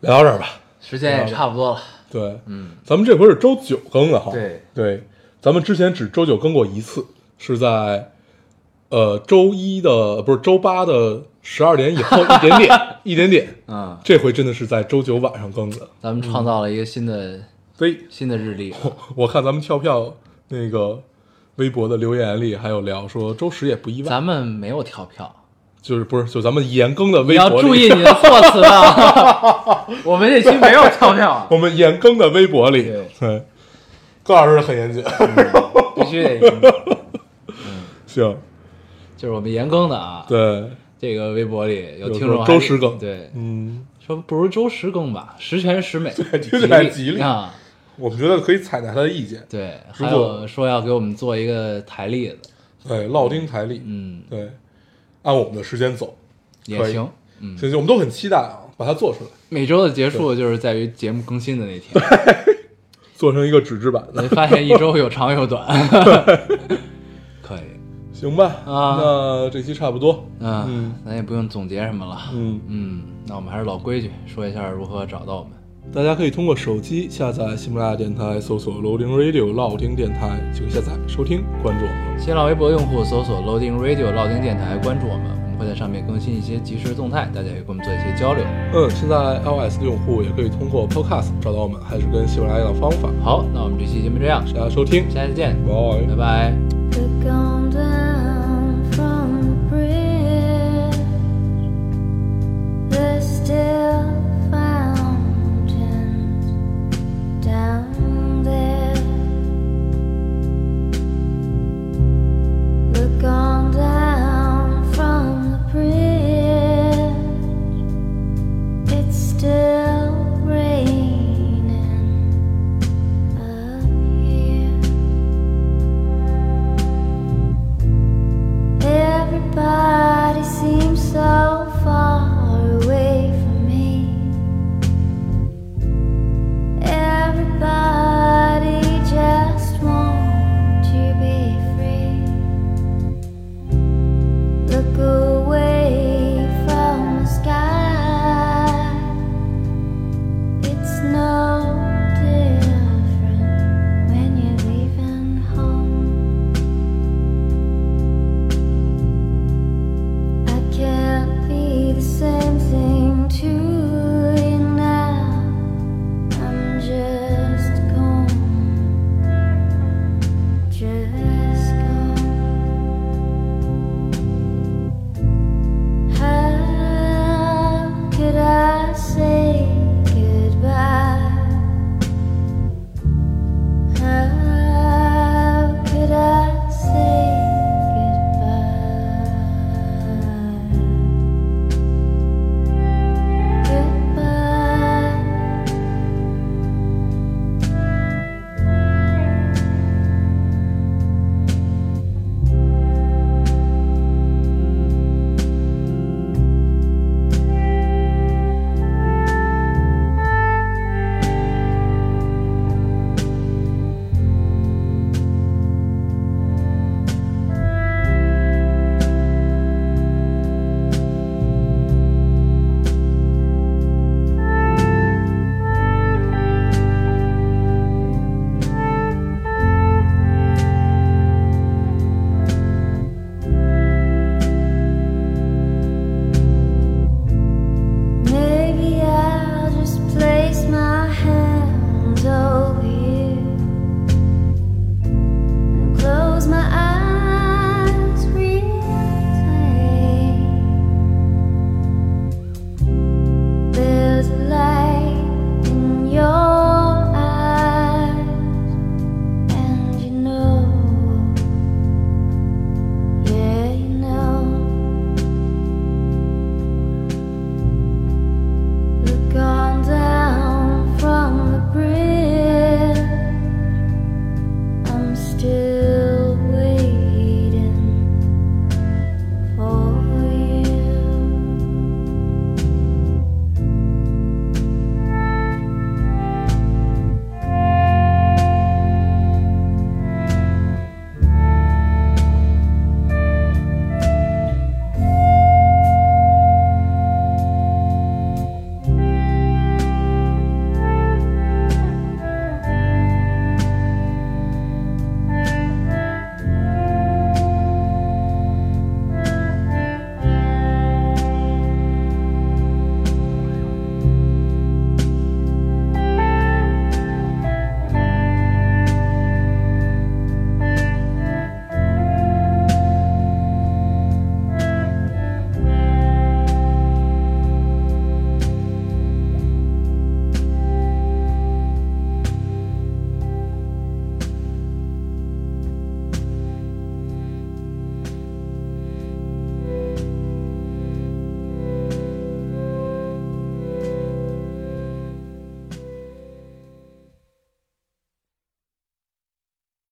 B: 聊到这儿吧。
A: 时间也差不多了，
B: 对，
A: 嗯，
B: 咱们这回是周九更的哈。
A: 对
B: 咱们之前只周九更过一次，是在呃周一的不是周八的十二点以后一点 点一点点。
A: 嗯，
B: 这回真的是在周九晚上更的，
A: 咱们创造了一个新的
B: 所以
A: 新的日历了，
B: 我看咱们跳票那个微博的留言里还有聊说周十也不意外，
A: 咱们没有跳票。
B: 就是不是就咱们严更的
A: 你
B: 微
A: 要
B: 博
A: 注
B: 里，
A: 意你的措辞啊！我们这期没有跳票 啊，
B: 我们严更的微博里
A: 对，
B: 对，高老师很严谨，
A: 必须得，
B: 行，
A: 就是我们严更的啊。
B: 对，
A: 这个微博里有
B: 有
A: 听众
B: 说
A: 还
B: 周
A: 是
B: 十更
A: 对，
B: 嗯，
A: 说不如周十更吧，十全十 美，
B: 听起来吉利
A: 啊。
B: 我们觉得可以采纳他的意见，
A: 对，
B: 如
A: 还
B: 果
A: 有说要给我们做一个台历的，
B: 对，烙丁台历，
A: 嗯，
B: 对，按我们的时间走，
A: 也
B: 可以
A: 行。嗯，
B: 行行，我们都很期待啊，把它做出来，
A: 每周的结束就是在于节目更新的那 天，
B: 做成一个纸质版的，
A: 你发现一周有长有 短。可以，
B: 行吧？
A: 啊
B: 那这期差不多，
A: 嗯
B: 嗯，
A: 咱也不用总结什么了。
B: 嗯。
A: 嗯，那我们还是老规矩，说一下如何找到我们。
B: 大家可以通过手机下载喜马拉雅电台，搜索 Loading Radio 老丁电台就可以下载收听，关注我们。
A: 新浪微博用户搜索 Loading Radio 老丁电台，关注我们，我们会在上面更新一些即时动态，大家也跟我们做一些交流。
B: 嗯，现在 iOS 的用户也可以通过 Podcast 找到我们，还是跟喜马拉雅的方法。
A: 好，那我们这期节目这样，
B: 大家收听，
A: 下期见，
B: 拜。
A: 拜拜。
C: The golden